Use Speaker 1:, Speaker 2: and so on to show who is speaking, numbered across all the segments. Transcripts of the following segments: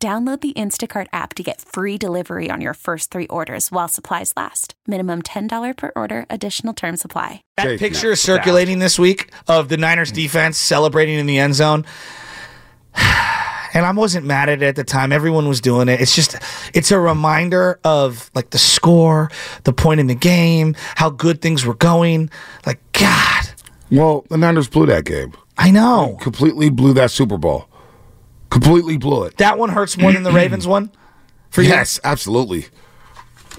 Speaker 1: Download the Instacart app to get free delivery on your first three orders while supplies last. Minimum $10 per order, additional term supply.
Speaker 2: That
Speaker 3: Jake,
Speaker 2: picture
Speaker 3: no,
Speaker 2: is circulating this week of the Niners defense celebrating in the end zone. And I wasn't mad at it at the time. Everyone was doing it. It's just, it's a reminder of like the score, the point in the game, how good things were going. Like, God,
Speaker 3: Well, the Niners blew that game.
Speaker 2: I know.
Speaker 3: Completely blew that Super Bowl. Completely blew it.
Speaker 2: That one hurts more than the Ravens one. For you?
Speaker 3: yes, absolutely.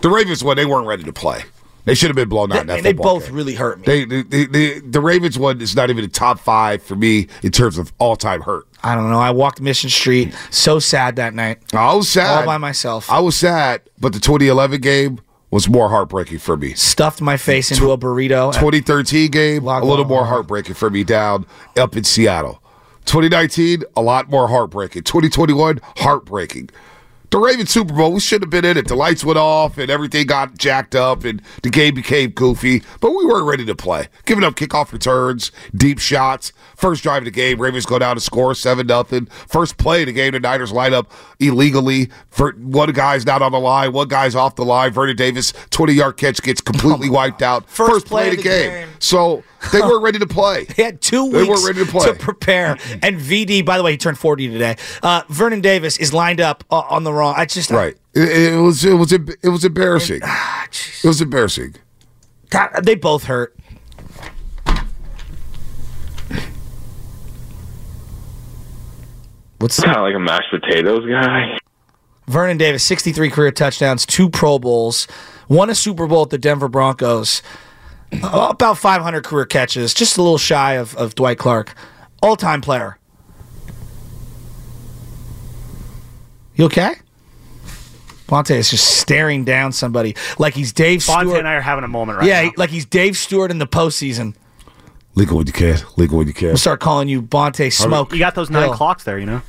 Speaker 3: The Ravens one, they weren't ready to play. They should have been blown out. in that
Speaker 2: And they
Speaker 3: football
Speaker 2: both
Speaker 3: game.
Speaker 2: really hurt me.
Speaker 3: They, the, the, the, the Ravens one is not even a top five for me in terms of all time hurt.
Speaker 2: I don't know. I walked Mission Street so sad that night.
Speaker 3: I was sad.
Speaker 2: All by myself.
Speaker 3: I was sad, but the 2011 game was more heartbreaking for me.
Speaker 2: Stuffed my face into a burrito.
Speaker 3: 2013 game,
Speaker 2: Lock
Speaker 3: a little
Speaker 2: on,
Speaker 3: more
Speaker 2: lock on.
Speaker 3: heartbreaking for me down up in Seattle. 2019, a lot more heartbreaking. 2021, heartbreaking. The Ravens Super Bowl, we should have been in it. The lights went off and everything got jacked up and the game became goofy, but we weren't ready to play. Giving up kickoff returns, deep shots. First drive of the game, Ravens go down to score 7 0. First play of the game, the Niners line up illegally. Ver- One guy's not on the line, one guy's off the line. Vernon Davis, 20 yard catch, gets completely wiped out.
Speaker 2: First play of the game.
Speaker 3: So they weren't ready to play.
Speaker 2: They had two
Speaker 3: They
Speaker 2: weeks
Speaker 3: weren't ready to play.
Speaker 2: prepare. And VD, by the way, he turned 40 today. Uh, Vernon Davis is lined up uh, on the wrong. I just
Speaker 3: Right. It, it was it was em- it was embarrassing.
Speaker 2: Ah,
Speaker 3: It was embarrassing.
Speaker 2: God, they both hurt. What's
Speaker 4: Kind of like a mashed potatoes guy.
Speaker 2: Vernon Davis? 63 career touchdowns, two Pro Bowls, won a Super Bowl at the Denver Broncos, uh, about 500 career catches, just a little shy of, of Dwight Clark. All time player. You okay? Bonte is just staring down somebody like he's Dave Stewart.
Speaker 5: Bonte and I are having a moment right
Speaker 2: yeah,
Speaker 5: now.
Speaker 2: like he's Dave Stewart in the postseason.
Speaker 3: Legal when you can. Legal when you can.
Speaker 2: We'll start calling you Bonte Smoke.
Speaker 5: you got those nine
Speaker 2: Hill.
Speaker 5: clocks there, you know.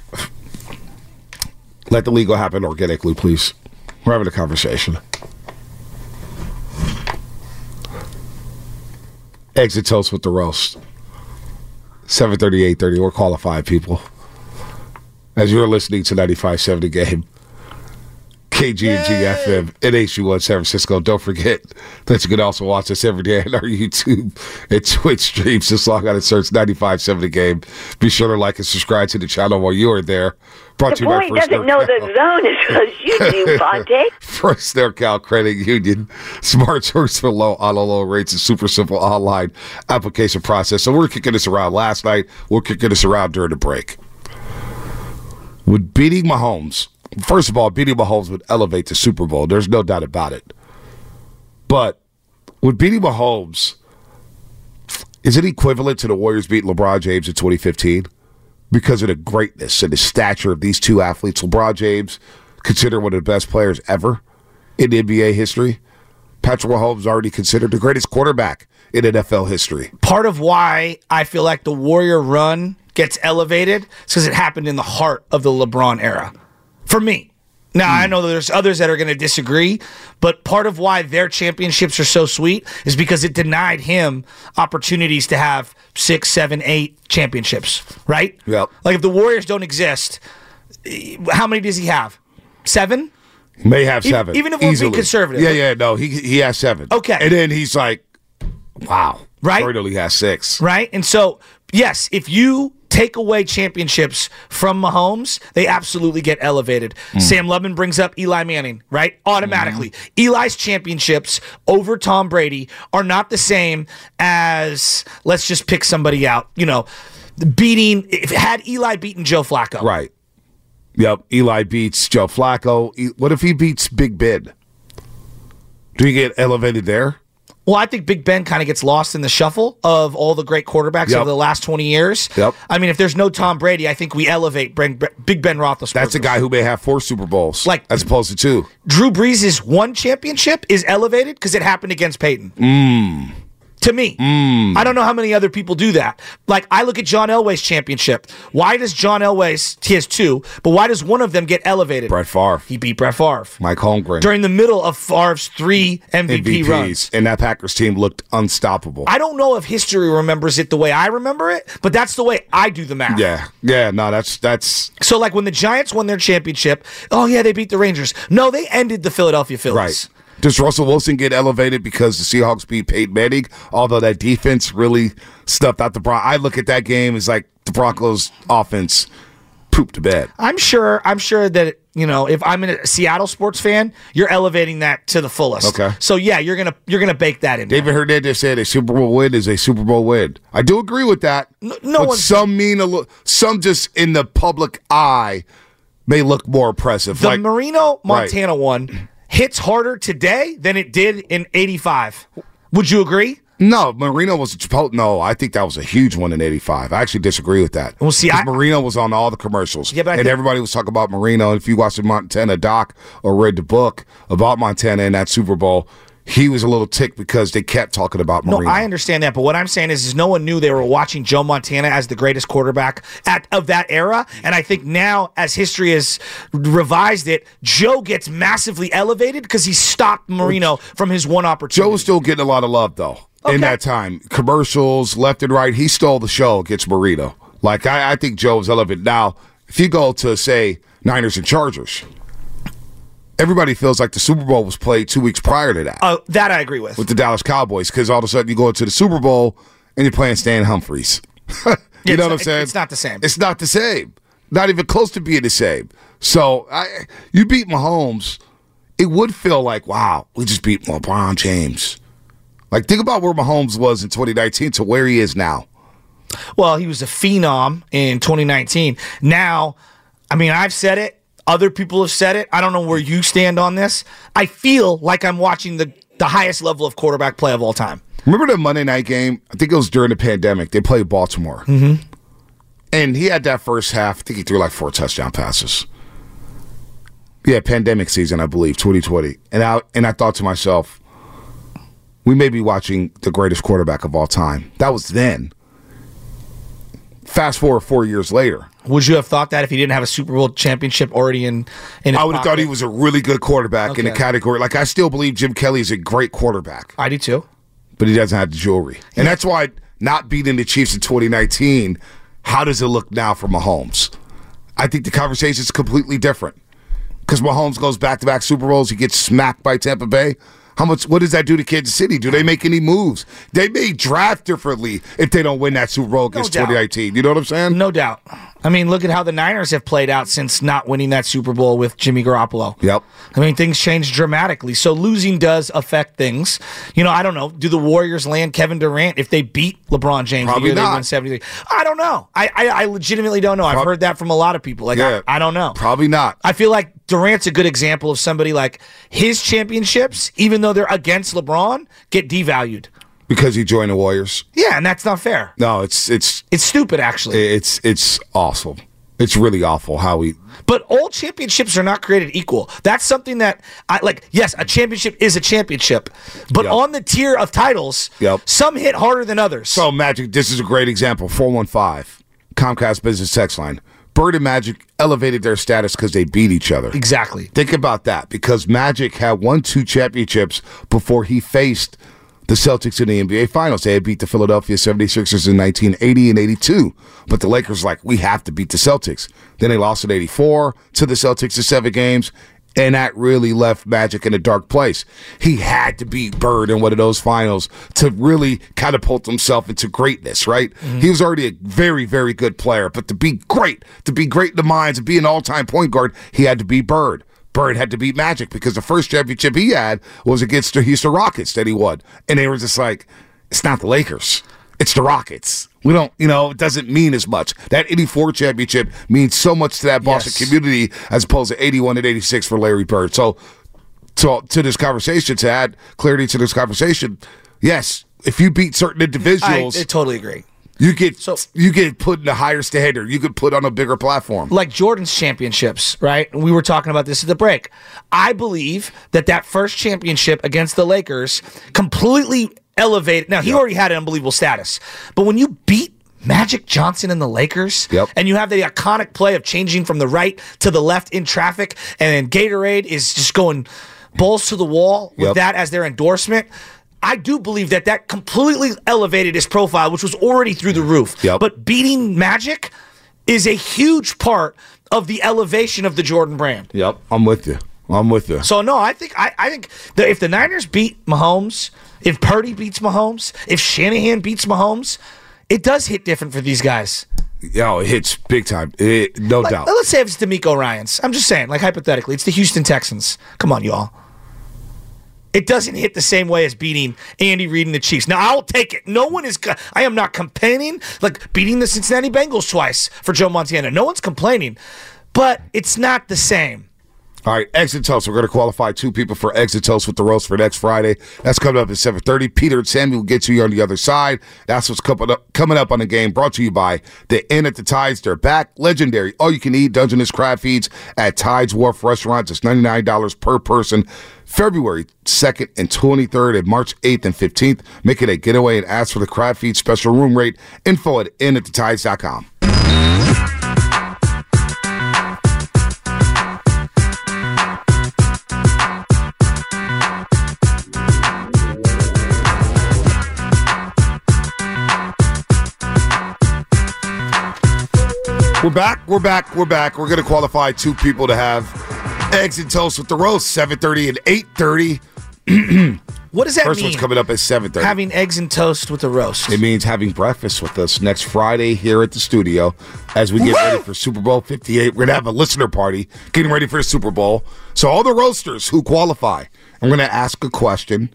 Speaker 3: Let the legal happen organically, please. We're having a conversation. Exit toast with the roast. 730, 830. We're qualified, people. As you're listening to 95.7 The Game, KG&G FM, NHU1 San Francisco. Don't forget that you can also watch us every day on our YouTube and Twitch streams. Just log on and search 95.7 The Game. Be sure to like and subscribe to the channel while you are there. Brought
Speaker 6: The boy doesn't know the zone as well as you do, Fonte.
Speaker 3: First Air Cal Credit Union. Smart choice for low, auto low rates and super simple online application process. So we're kicking this around last night. We're kicking this around during the break. With beating Mahomes, first of all, beating Mahomes would elevate the Super Bowl. There's no doubt about it. But with beating Mahomes, is it equivalent to the Warriors beating LeBron James in 2015? because of the greatness and the stature of these two athletes. LeBron James, considered one of the best players ever in NBA history. Patrick Mahomes already considered the greatest quarterback in NFL history.
Speaker 2: part of why I feel like the Warrior run gets elevated is because it happened in the heart of the LeBron era. For me. Now, I
Speaker 5: Hmm.
Speaker 2: know there's others that are going to disagree, but part of why their championships are so sweet is because it denied him opportunities to have six, seven, eight championships, right?
Speaker 3: Yep.
Speaker 2: Like if the Warriors don't exist, eh, how many does he have? Seven?
Speaker 3: May have
Speaker 2: Even-
Speaker 3: seven.
Speaker 2: even if we're being
Speaker 3: easily.
Speaker 2: conservative.
Speaker 3: Yeah, yeah, no, he he has seven.
Speaker 2: Okay.
Speaker 3: and then he's like, wow,
Speaker 2: Right?
Speaker 3: Bird only has six.
Speaker 2: right? And so, yes, if you take away championships from Mahomes, they absolutely get elevated.
Speaker 3: Hmm.
Speaker 2: Sam Lubman brings up Eli Manning, right? Automatically.
Speaker 3: Hmm.
Speaker 2: Eli's championships over Tom Brady are not the same as let's just pick somebody out, you know, beating if had Eli beaten Joe Flacco.
Speaker 3: Right. Yep. Eli beats Joe Flacco. E- What if he beats Big Ben? Do you get elevated there?
Speaker 2: Well, I think Big Ben kind of gets lost in the shuffle of all the great quarterbacks
Speaker 3: Yep.
Speaker 2: over the last 20 years.
Speaker 3: Yep.
Speaker 2: I mean, if there's no Tom Brady, I think we elevate bring Bre- Big Ben Roethlisberger.
Speaker 3: That's a guy who may have four Super Bowls,
Speaker 2: Like-
Speaker 3: as opposed to two.
Speaker 2: Drew Brees' one championship is elevated because it happened against Peyton.
Speaker 3: Mm.
Speaker 2: To me, I don't know how many other people do that. Like I look at John Elway's championship. Why does John Elway's he has two, but why does one of them get elevated?
Speaker 3: Brett Favre,
Speaker 2: He beat Brett Favre
Speaker 3: Mike Holmgren,
Speaker 2: during the middle of Favre's three MVP runs.
Speaker 3: and that Packers team looked unstoppable.
Speaker 2: I don't know if history remembers it the way I remember it, but that's the way I do the math.
Speaker 3: yeah, yeah, no, that's that's
Speaker 2: So like when the Giants won their championship, oh yeah, they beat the Rangers. No, they ended the Philadelphia Phillies.
Speaker 3: right. Does Russell Wilson get elevated because the Seahawks beat Peyton Manning? Although that defense really stuffed out the Bron. I look at that game as like the Broncos' offense pooped to bed.
Speaker 2: I'm sure. I'm sure that you know if I'm a Seattle sports fan, you're elevating that to the fullest.
Speaker 3: Okay.
Speaker 2: So yeah, you're gonna you're gonna bake that in. there.
Speaker 3: David Hernandez said a Super Bowl win is a Super Bowl win. I do agree with that.
Speaker 2: no
Speaker 3: but
Speaker 2: one's-
Speaker 3: some mean a little. Some just in the public eye may look more impressive.
Speaker 2: The
Speaker 3: like
Speaker 2: Marino
Speaker 3: Right.
Speaker 2: Montana one hits harder today than it did in '85. Would you agree?
Speaker 3: no, Marino was a Chipotle. No, I think that was a huge one in '85. I actually disagree with that.
Speaker 2: Well, see,
Speaker 3: 'Cause
Speaker 2: I-
Speaker 3: Marino was on all the commercials.
Speaker 2: Yeah, but I
Speaker 3: and
Speaker 2: think-
Speaker 3: everybody was talking about Marino. And if you watched the Montana doc or read the book about Montana in that Super Bowl, he was a little ticked because they kept talking about
Speaker 2: No,
Speaker 3: Marino.
Speaker 2: I understand that, but what I'm saying is, is no one knew they were watching Joe Montana as the greatest quarterback at of that era, and I think now, as history has revised it, Joe gets massively elevated because he stopped Marino from his one opportunity.
Speaker 3: Joe was still getting a lot of love though in
Speaker 2: Okay.
Speaker 3: that time. Commercials, left and right. He stole the show against Burrito. Like I, I think Joe was elevated. Now, if you go to say Niners and Chargers, everybody feels like the Super Bowl was played two weeks prior to that
Speaker 2: Uh, that I agree with.
Speaker 3: with the Dallas Cowboys because all of a sudden you go into the Super Bowl and you're playing Stan Humphries. you
Speaker 2: it's
Speaker 3: know what
Speaker 2: not-
Speaker 3: I'm saying?
Speaker 2: it's not the same.
Speaker 3: It's not the same. Not even close to being the same. So I, you beat Mahomes, it would feel like wow, we just beat LeBron James. Like think about where Mahomes was in 2019 to where he is now.
Speaker 2: Well, he was a phenom in 2019. Now, I mean, I've said it. Other people have said it. I don't know where you stand on this. I feel like I'm watching the, the highest level of quarterback play of all time.
Speaker 3: Remember the Monday night game? I think it was during the pandemic. They played Baltimore. Mm-hmm. And he had that first half. I think he threw like four touchdown passes. Yeah, pandemic season, I believe, 2020. And I and I thought to myself, we may be watching the greatest quarterback of all time. That was then. Fast forward four years later.
Speaker 2: Would you have thought that if he didn't have a Super Bowl championship already in? in his
Speaker 3: I would have thought
Speaker 2: pocket?
Speaker 3: he was a really good quarterback in the
Speaker 2: Okay.
Speaker 3: category. Like I still believe Jim Kelly is a great quarterback.
Speaker 2: I do too.
Speaker 3: but he doesn't have the jewelry. And that's why not beating the Chiefs in 2019, how does it look now for Mahomes? I think the conversation is completely different. Because Mahomes goes back to back Super Bowls, he gets smacked by Tampa Bay. How much? What does that do to Kansas City? Do they make any moves? They may draft differently if they don't win that Super Bowl against
Speaker 2: doubt.
Speaker 3: 2019. You know what I'm saying?
Speaker 2: No doubt. I mean, look at how the Niners have played out since not winning that Super Bowl with Jimmy Garoppolo.
Speaker 3: Yep.
Speaker 2: I mean, things change dramatically. So losing does affect things. You know, I don't know. Do the Warriors land Kevin Durant if they beat LeBron James? the
Speaker 3: Probably
Speaker 2: year
Speaker 3: not.
Speaker 2: They win 73? I don't know. I, I, I legitimately don't know. I've heard that from a lot of people. Like,
Speaker 3: Yeah.
Speaker 2: I, I don't know.
Speaker 3: Probably not.
Speaker 2: I feel like Durant's a good example of somebody like his championships, even though they're against LeBron, get devalued.
Speaker 3: Because he joined the Warriors.
Speaker 2: Yeah, and that's not fair.
Speaker 3: No, it's it's
Speaker 2: It's stupid, actually.
Speaker 3: it's it's awful. It's really awful how he
Speaker 2: But all championships are not created equal. That's something that I like. Yes, a championship is a championship, but
Speaker 3: Yep.
Speaker 2: on the tier of titles,
Speaker 3: Yep.
Speaker 2: some hit harder than others.
Speaker 3: So, Magic, this is a great example. 415, Comcast Business Text Line. Bird and Magic elevated their status because they beat each other.
Speaker 2: exactly.
Speaker 3: Think about that because Magic had won two championships before he faced the Celtics in the NBA Finals. They had beat the Philadelphia 76ers in 1980 and 82. But the Lakers, like, we have to beat the Celtics. Then they lost in 84 to the Celtics in seven games. And that really left Magic in a dark place. He had to beat Bird in one of those finals to really catapult himself into greatness, right? He was already a very, very good player, but to be great, to be great in the minds, to be an all time point guard, he had to be Bird. Bird had to beat Magic because the first championship he had was against the Houston Rockets that he won. And they were just like, it's not the Lakers, it's the Rockets. We don't, you know, it doesn't mean as much. That 84 championship means so much to that Boston
Speaker 2: Yes.
Speaker 3: community as opposed to 81 and 86 for Larry Bird. So, to, to this conversation, to add clarity to this conversation, Yes, if you beat certain
Speaker 2: I,
Speaker 3: individuals,
Speaker 2: I totally agree.
Speaker 3: you get
Speaker 2: So-
Speaker 3: you get put in a higher standard. You get put on a bigger platform.
Speaker 2: like Jordan's championships, right? We were talking about this at the break. I believe that that first championship against the Lakers completely elevated. Now, he already had an unbelievable status, but when you beat Magic Johnson and the Lakers,
Speaker 3: Yep.
Speaker 2: and you have the iconic play of changing from the right to the left in traffic, and Gatorade is just going balls to the wall with
Speaker 3: Yep.
Speaker 2: that as their endorsement. I do believe that that completely elevated his profile, which was already through the roof.
Speaker 3: Yep.
Speaker 2: But beating Magic is a huge part of the elevation of the Jordan brand.
Speaker 3: Yep, I'm with you. I'm with you.
Speaker 2: So no, I think I, I think that if the Niners beat Mahomes, if Purdy beats Mahomes, if Shanahan beats Mahomes, it does hit different for these guys.
Speaker 3: Yo, it hits big time. It, no
Speaker 2: Like, uh,
Speaker 3: doubt.
Speaker 2: let's say if it's D'Amico Ryan's. I'm just saying, like hypothetically, it's the Houston Texans. Come on, y'all. It doesn't hit the same way as beating Andy Reid and the Chiefs. Now I'll take it. No one is. co- I am not complaining. Like beating the Cincinnati Bengals twice for Joe Montana. No one's complaining, but it's not the same.
Speaker 3: All right, exit toast. We're going to qualify two people for exit toast with the roast for next Friday. That's coming up at seven thirty. Peter and Sammy will get to you on the other side. That's what's coming up. Coming up on the game, brought to you by the Inn at the Tides. They're back, legendary. All you can eat Dungeness crab feeds at Tides Wharf restaurants. It's ninety nine dollars per person. February second and twenty third, and March eighth and fifteenth. Make it a getaway and ask for the crab feed special room rate. Info at Inn at the Tides.com. We're back. We're back. We're back. We're going to qualify two people to have eggs and toast with the roast, 7.30 and 8.30.
Speaker 2: What does that
Speaker 3: First
Speaker 2: mean?
Speaker 3: one's coming up at 7.30.
Speaker 2: Having eggs and toast with a roast.
Speaker 3: it means having breakfast with us next Friday here at the studio as we get ready for Super Bowl 58. We're going to have a listener party getting ready for the Super Bowl. So all the roasters who qualify, I'm going to ask a question.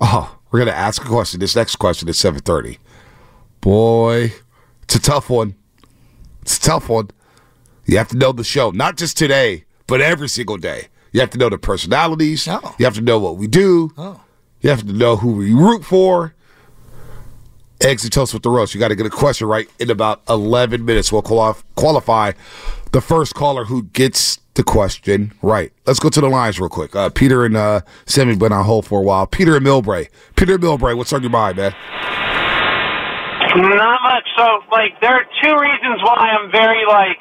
Speaker 3: Oh, we're going to ask a question. This next question is 7.30. Boy, it's a tough one. It's a tough one. You have to know the show, not just today, but every single day. You have to know the personalities.
Speaker 2: Oh.
Speaker 3: You have to know what we do.
Speaker 2: Oh.
Speaker 3: You have to know who we root for. Eggs and toast with the roast. You got to get a question right in about 11 minutes. We'll qual- qualify the first caller who gets the question right. Let's go to the lines real quick. Uh, Peter and uh, Sammy been on hold for a while. Peter and Milbray. Peter and Milbray, what's on your mind, man?
Speaker 5: Not much. So, like, there are two reasons why I'm very like,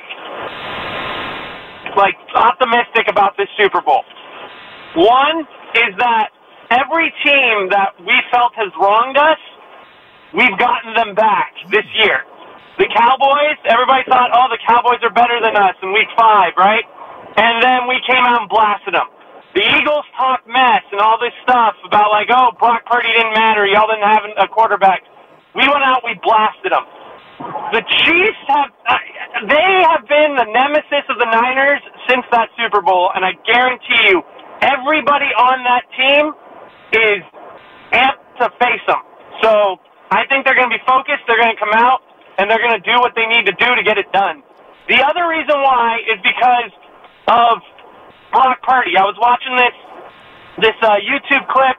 Speaker 5: like optimistic about this Super Bowl. One is that every team that we felt has wronged us, we've gotten them back this year. The Cowboys, everybody thought, oh, the Cowboys are better than us in Week Five, right? And then we came out and blasted them. The Eagles talked mess and all this stuff about like, oh, Brock Purdy didn't matter, y'all didn't have a quarterback. We went out, we blasted them. The Chiefs have, uh, they have been the nemesis of the Niners since that Super Bowl, and I guarantee you, everybody on that team is amped to face them. So I think they're going to be focused, they're going to come out, and they're going to do what they need to do to get it done. The other reason why is because of Brock Purdy. I was watching this this uh, YouTube clip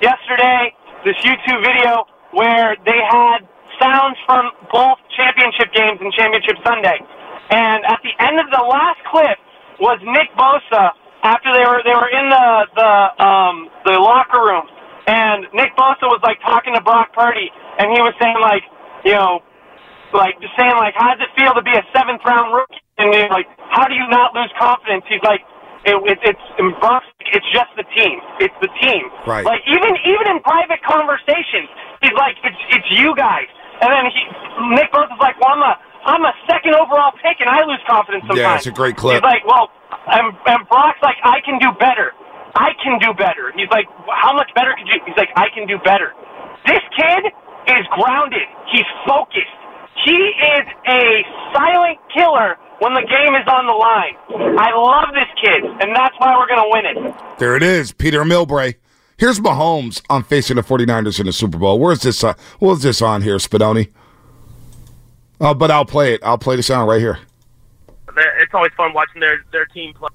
Speaker 5: yesterday, this YouTube video where they had sounds from both championship games and championship Sunday. And at the end of the last clip was Nick Bosa after they were they were in the the um, the locker room, and Nick Bosa was like talking to Brock Purdy, and he was saying like, you know, like just saying like how does it feel to be a seventh round rookie and they're like how do you not lose confidence he's like it, it, it's and Brock's like, it's just the team it's the team
Speaker 3: Right.
Speaker 5: like even even in private conversations he's like it's it's you guys and then he Nick Bosa is like well I'm a I'm a second overall pick and I lose confidence sometimes
Speaker 3: Yeah, it's a great clip.
Speaker 5: he's like well and, and Brock's like I can do better I can do better he's like how much better could you he's like I can do better this kid is grounded he's focused he is a silent killer when the game is on the line. I love this kid, and that's why we're going to win it.
Speaker 3: There it is, Peter Milbray. Here's Mahomes on facing the 49ers in the Super Bowl. Where's this? Uh, what's this on here, Spinoni? Uh, but I'll play it. I'll play the sound right here.
Speaker 7: They're- it's always fun watching their their team play.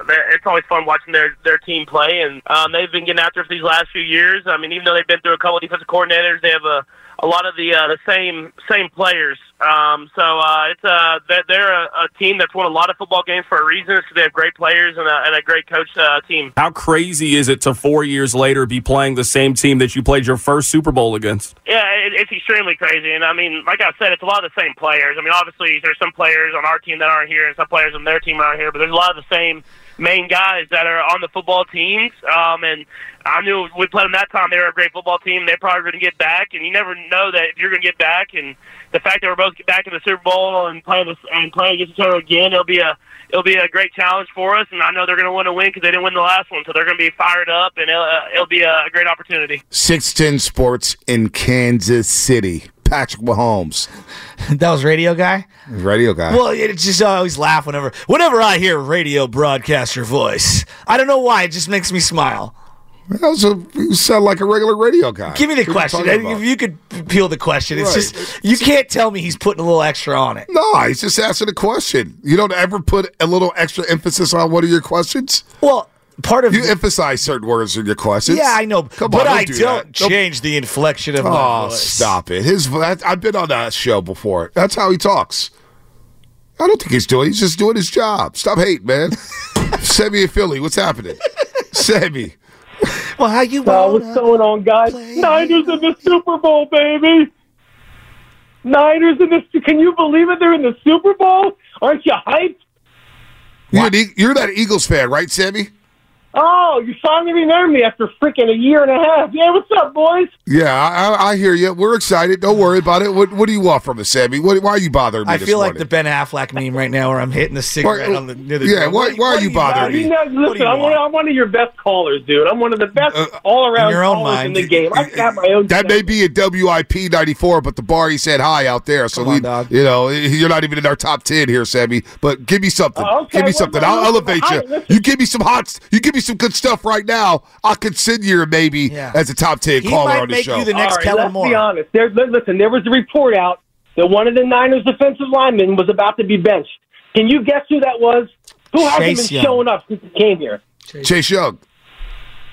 Speaker 7: They're-
Speaker 5: they're- it's always fun watching their their team play, and um, they've been getting after it for these last few years. I mean, even though they've been through a couple of defensive coordinators, they have a a lot of the uh, the same same players. Um, so uh, it's uh, they're, they're a, a team that's won a lot of football games for a reason. It's 'cause they have great players and a, and a great coach uh, team.
Speaker 7: How crazy is it to four years later be playing the same team that you played your first Super Bowl against?
Speaker 5: Yeah, it, it's extremely crazy, and I mean, like I said, it's a lot of the same players. I mean, obviously, there's some players on our team that aren't here, and some players on their team aren't here, but there's a lot of the same main guys that are on the football teams. Um, and I knew we played them that time; they were a great football team. They're probably going to get back, and you never know that if you're going to get back. And the fact that we're both back in the Super Bowl and playing this, and playing against each other again, it'll be a it'll be a great challenge for us. And I know they're going to want to win because they didn't win the last one, so they're going to be fired up, and it'll, uh, it'll be a great opportunity.
Speaker 3: 610 Sports in Kansas City. Patrick Mahomes,
Speaker 2: that was radio guy.
Speaker 3: radio guy.
Speaker 2: Well, it just I always laugh whenever whenever I hear radio broadcaster voice. I don't know why it just makes me smile.
Speaker 3: that was a, you sound like a regular radio guy.
Speaker 2: Give me the
Speaker 3: What are you
Speaker 2: question.
Speaker 3: talking about?
Speaker 2: If you could peel the question, it's
Speaker 3: Right.
Speaker 2: just you can't tell me he's putting a little extra on it.
Speaker 3: no, he's just asking a question. You don't ever put a little extra emphasis on one of your questions.
Speaker 2: Well, part of
Speaker 3: You emphasize certain words in your questions.
Speaker 2: yeah, I know,
Speaker 3: Come
Speaker 2: but
Speaker 3: on,
Speaker 2: I
Speaker 3: do
Speaker 2: don't
Speaker 3: that. Don't-
Speaker 2: change the inflection of my
Speaker 3: Oh,
Speaker 2: voice.
Speaker 3: stop it! His that, I've been on that show before. That's how he talks. I don't think he's doing. He's just doing his job. Stop hate, man. Sammy in Philly, what's happening? Sammy,
Speaker 2: Well, how you?
Speaker 5: Oh,
Speaker 2: wanna-
Speaker 5: what's going on, guys? Niners in the Super Bowl, baby. Niners in the. Can you believe it? They're in the Super Bowl. Aren't you hyped?
Speaker 3: you're, an E- you're that Eagles fan, right, Sammy?
Speaker 5: Oh, you finally remember me after freaking a year and a half. Yeah, what's up, boys?
Speaker 3: Yeah, I, I- I hear you. We're excited. Don't worry about it. What, what do you want from us, Sammy? What, why are you bothering me?
Speaker 2: I
Speaker 3: this
Speaker 2: feel like
Speaker 3: morning?
Speaker 2: the Ben Affleck meme right now, where I'm hitting the cigarette
Speaker 3: Why- oh,
Speaker 2: on the near the
Speaker 3: yeah,
Speaker 2: door.
Speaker 3: why-
Speaker 2: What-
Speaker 3: why are
Speaker 2: what
Speaker 3: you bothering
Speaker 2: bothering
Speaker 5: You
Speaker 3: me?
Speaker 5: know,
Speaker 2: What do
Speaker 5: listen,
Speaker 2: you
Speaker 5: I'm one,
Speaker 2: want? Uh,
Speaker 5: I'm one of your best callers, dude. I'm one of the best all-around
Speaker 2: in your own
Speaker 5: callers
Speaker 2: mind.
Speaker 5: in the game. I've got my own.
Speaker 3: That may be a WIP 94, but the bar he said hi out there. So
Speaker 2: Come on,
Speaker 3: we,
Speaker 2: dog.
Speaker 3: you know, you're not even in our top 10 here, Sammy. But give me something.
Speaker 2: Oh,
Speaker 5: Uh, okay,
Speaker 3: give me
Speaker 5: well,
Speaker 3: something.
Speaker 5: no,
Speaker 3: I'll
Speaker 5: no,
Speaker 3: elevate
Speaker 5: I-
Speaker 3: you.
Speaker 5: listen.
Speaker 3: You give me some hot, s- you give me some good stuff right now. I'll consider you maybe
Speaker 2: Yeah.
Speaker 3: as a top 10
Speaker 2: He
Speaker 3: caller
Speaker 2: might
Speaker 3: on the
Speaker 2: make you
Speaker 3: show.
Speaker 2: the next
Speaker 5: All right,
Speaker 2: Kellen
Speaker 5: let's
Speaker 2: Moore.
Speaker 5: be honest. There, li- listen, there was a report out that one of the Niners' defensive linemen was about to be benched. Can you guess who that was? Who hasn't
Speaker 2: Chase
Speaker 5: been
Speaker 2: Young.
Speaker 5: showing up since he came here?
Speaker 3: Chase Young.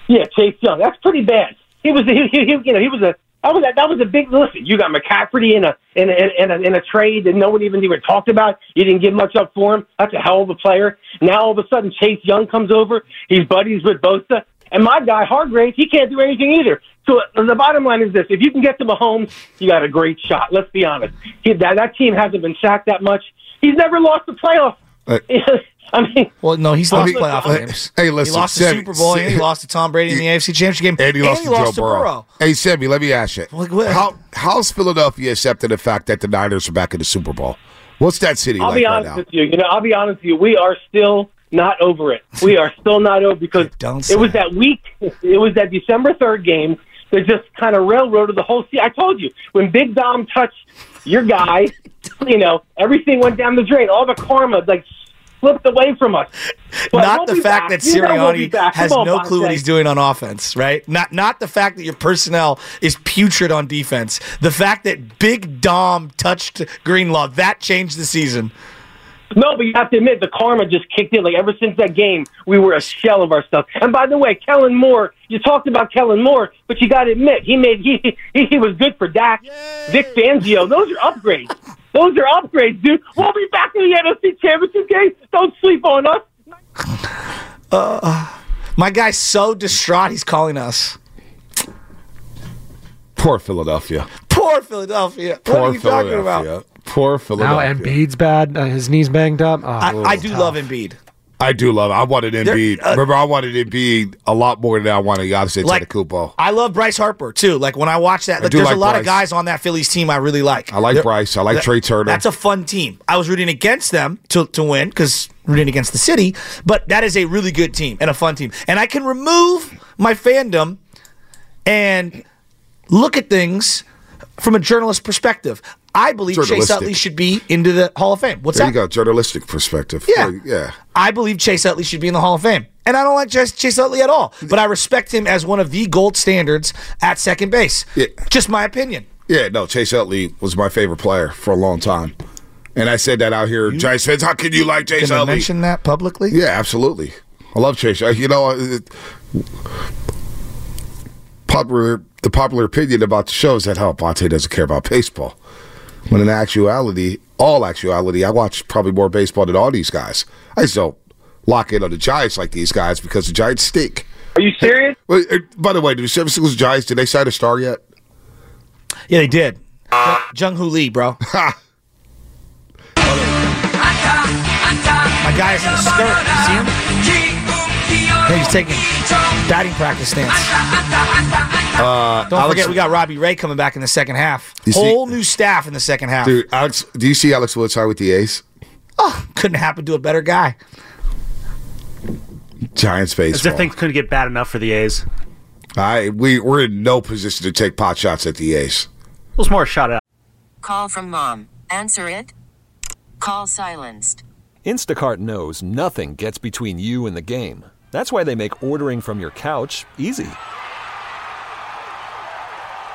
Speaker 5: Yeah, Chase Young. That's pretty bad. He was, he, he, he- you know, he was a. That was a, that was a big listen. You got McCafferty in a in a, in a in a trade that no one even even talked about. You didn't give much up for him. That's a hell of a player. Now all of a sudden Chase Young comes over. He's buddies with Bosa and my guy Hargrave. He can't do anything either. So uh, the bottom line is this: if you can get to Mahomes, you got a great shot. Let's be honest. He, that that team hasn't been sacked that much. He's never lost a playoff.
Speaker 3: Uh,
Speaker 5: I mean,
Speaker 2: Well, no, he's lost
Speaker 3: mean,
Speaker 2: playoff
Speaker 3: uh,
Speaker 2: games.
Speaker 3: hey, listen,
Speaker 2: he lost the
Speaker 3: Sammy-
Speaker 2: Super Bowl and he
Speaker 3: Sam-
Speaker 2: lost to Tom Brady in the AFC Championship game,
Speaker 3: And he lost to Joe
Speaker 2: to
Speaker 3: Burrow. Hey, Sammy, let me ask you.
Speaker 2: Like what?
Speaker 3: How, how's Philadelphia accepting the fact that the Niners are back in the Super Bowl? What's that city
Speaker 5: I'll
Speaker 3: like
Speaker 5: be
Speaker 3: right
Speaker 5: honest
Speaker 3: now?
Speaker 5: with you. You know, I'll be honest with you. We are still not over it. We are still not over because
Speaker 2: Don't say
Speaker 5: it was that week. It was that December third game that just kind of railroaded the whole season. I told you when Big Dom touched your guy, you know, everything went down the drain. All the karma like slipped away from us. But
Speaker 2: not
Speaker 5: we'll
Speaker 2: the
Speaker 5: be
Speaker 2: fact
Speaker 5: back.
Speaker 2: that
Speaker 5: You know we'll be
Speaker 2: Sirianni
Speaker 5: back.
Speaker 2: has
Speaker 5: Come on,
Speaker 2: no clue what
Speaker 5: Bonte.
Speaker 2: he's doing on offense, right? Not not the fact that your personnel is putrid on defense. The fact that Big Dom touched Greenlaw that changed the season.
Speaker 5: No, but you have to admit the karma just kicked in. Like ever since that game, we were a shell of ourselves. And by the way, Kellen Moore, you talked about Kellen Moore, but you got to admit he made he, he he was good for Dak, Vic Fangio. Those are upgrades. Those are upgrades, dude. We'll be back in the NFC Championship game. Don't sleep on us.
Speaker 2: My guy's so distraught, he's calling us.
Speaker 3: Poor Philadelphia.
Speaker 2: Poor Philadelphia.
Speaker 3: Poor
Speaker 2: what are you talking
Speaker 3: Philadelphia.
Speaker 2: about?
Speaker 3: Poor
Speaker 8: Now
Speaker 3: Philadelphia.
Speaker 8: Embiid's bad. Uh, his knee's banged up. Oh,
Speaker 2: I, I do love Embiid.
Speaker 3: I do love. It. I wanted Embiid.
Speaker 2: uh,
Speaker 3: Remember, I wanted Embiid a lot more than I wanted Giannis
Speaker 2: Like-
Speaker 3: Antetokounmpo.
Speaker 2: I love Bryce Harper too. Like when I watch that, like,
Speaker 3: do
Speaker 2: there's
Speaker 3: like
Speaker 2: a lot
Speaker 3: Bryce.
Speaker 2: of guys on that Phillies team I really like.
Speaker 3: I like
Speaker 2: They're-
Speaker 3: Bryce. I like
Speaker 2: that-
Speaker 3: Trey Turner.
Speaker 2: That's a fun team. I was rooting against them to, to win because rooting against the city, but that is a really good team and a fun team. And I can remove my fandom and look at things from a journalist perspective. I believe Chase
Speaker 3: Journalistic.
Speaker 2: Utley should be into the Hall of Fame. What's
Speaker 3: there you
Speaker 2: that?
Speaker 3: go, journalistic perspective.
Speaker 2: Yeah.
Speaker 3: yeah.
Speaker 2: I believe Chase Utley should be in the Hall of Fame. And I don't like Chase, Chase Utley at all, but I respect him as one of the gold standards at second base.
Speaker 3: Yeah.
Speaker 2: Just my opinion.
Speaker 3: Yeah, no, Chase Utley was my favorite player for a long time. And I said that out here, Giants fans, how can you like Chase
Speaker 2: Gonna
Speaker 3: Utley?
Speaker 2: mention that publicly?
Speaker 3: yeah, absolutely. I love Chase. Uh, You know, it, popular the popular opinion about the show is that how Bonte doesn't care about baseball. When in actuality, all actuality, I watch probably more baseball than all these guys. I just don't lock in on the Giants like these guys because the Giants stink.
Speaker 5: Are you serious?
Speaker 3: Wait, uh, By the way, did the San Francisco Giants did they sign a star yet?
Speaker 2: Yeah, they did. Jung Hoo Lee, bro. My guy's in a skirt. You see him? Yeah, he's taking batting practice stance. Don't
Speaker 3: Uh, Alex-
Speaker 2: forget, we got Robbie Ray coming back in the second half.
Speaker 3: You see-
Speaker 2: Whole new staff in the second half.
Speaker 3: Dude, Alex, do you see Alex Wood sign with the A's?
Speaker 2: Couldn't happen to a better guy.
Speaker 3: Giants
Speaker 9: As if
Speaker 3: baseball.
Speaker 9: things couldn't get bad enough for the A's. It
Speaker 3: I we we're in no position to take pot shots at the A's.
Speaker 9: was more a shot at
Speaker 10: Call from mom. Answer it. Call silenced.
Speaker 11: Instacart knows nothing gets between you and the game. That's why they make ordering from your couch easy.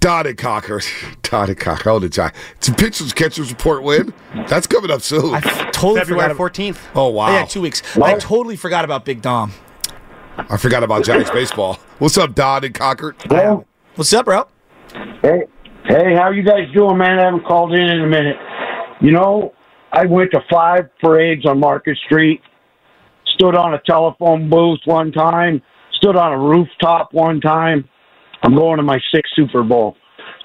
Speaker 3: Dotted Cocker. Dotted Cocker. Hold it, John. It's a pitchers catchers report win. That's coming up soon.
Speaker 2: I f- totally
Speaker 9: February
Speaker 2: forgot.
Speaker 9: 14th.
Speaker 3: oh wow.
Speaker 2: About, yeah, two weeks. I totally forgot about Big Dom.
Speaker 3: I forgot about Giants baseball. What's up, Dotted Cocker?
Speaker 2: What's up, bro?
Speaker 5: Hey, hey, how you guys doing, man? I haven't called in in a minute. You know, I went to five parades on Market Street, stood on a telephone booth one time, stood on a rooftop one time. I'm going to my sixth Super Bowl.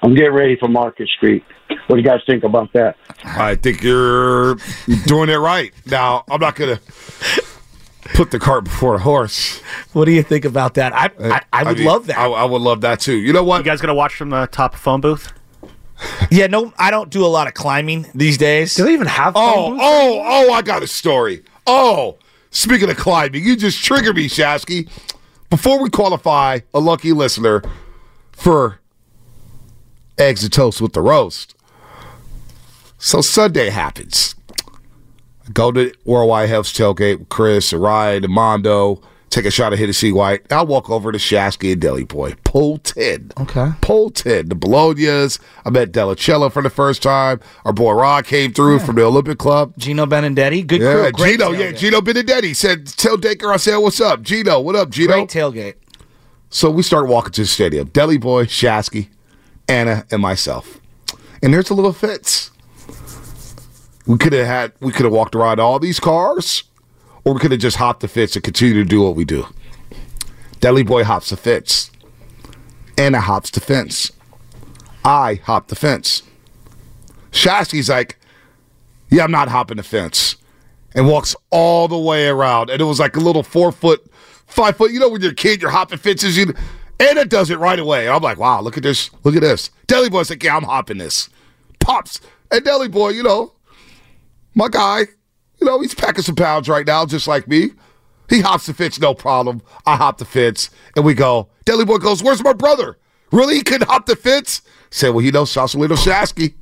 Speaker 5: I'm getting ready for Market Street. What do you guys think about that?
Speaker 3: I think you're doing it right. Now I'm not gonna put the cart before the horse.
Speaker 2: What do you think about that? I I, I would
Speaker 3: mean,
Speaker 2: love that.
Speaker 3: Uh, I, I would love that too. You know
Speaker 9: You
Speaker 3: what?
Speaker 9: guys gonna watch from the top phone booth?
Speaker 2: yeah, no, I don't do a lot of climbing these days.
Speaker 8: Do they even have?
Speaker 3: Oh,
Speaker 8: phone booths?
Speaker 3: oh, oh, I got a story. Oh, speaking of climbing, you just triggered me, Shasky. Before we qualify a lucky listener for eggs and toast with the roast. So Sunday happens. I go to Worldwide Health's tailgate with Chris and Ryan and Mondo, take a shot of Hennessy White. I walk over to Shasky and Deli Boy. Pull 10.
Speaker 8: Okay.
Speaker 3: Pull 10. The Bolognas. I met Delicello for the first time. Our boy Rod came through from the Olympic Club.
Speaker 2: Gino Benedetti, good
Speaker 3: Yeah,
Speaker 2: crew. Great
Speaker 3: Gino,
Speaker 2: tailgate.
Speaker 3: yeah, Gino Benedetti said, tell Daker I said, what's up? Gino, what up, Gino?
Speaker 2: Great tailgate.
Speaker 3: So we start walking to the stadium. Deli Boy, Shasky, Anna, and myself. And there's a little fence. We could have had we could have walked around all these cars, or we could have just hopped the fence and continued to do what we do. Deli Boy hops the fence. Anna hops the fence. I hop the fence. Shasky's like, yeah, I'm not hopping the fence. And walks all the way around. And it was like a little four foot, five foot. You know, when you're a kid, you're hopping fences. You, and it does it right away. I'm like, wow, look at this. Look at this. Deli Boy's like, yeah, I'm hopping this. Pops. And Deli Boy, you know, my guy, you know, he's packing some pounds right now, just like me. He hops the fence, no problem. I hop the fence, and we go. Deli Boy goes, where's my brother? Really? He couldn't hop the fence? Said, well, you know, Sausalito Shasky.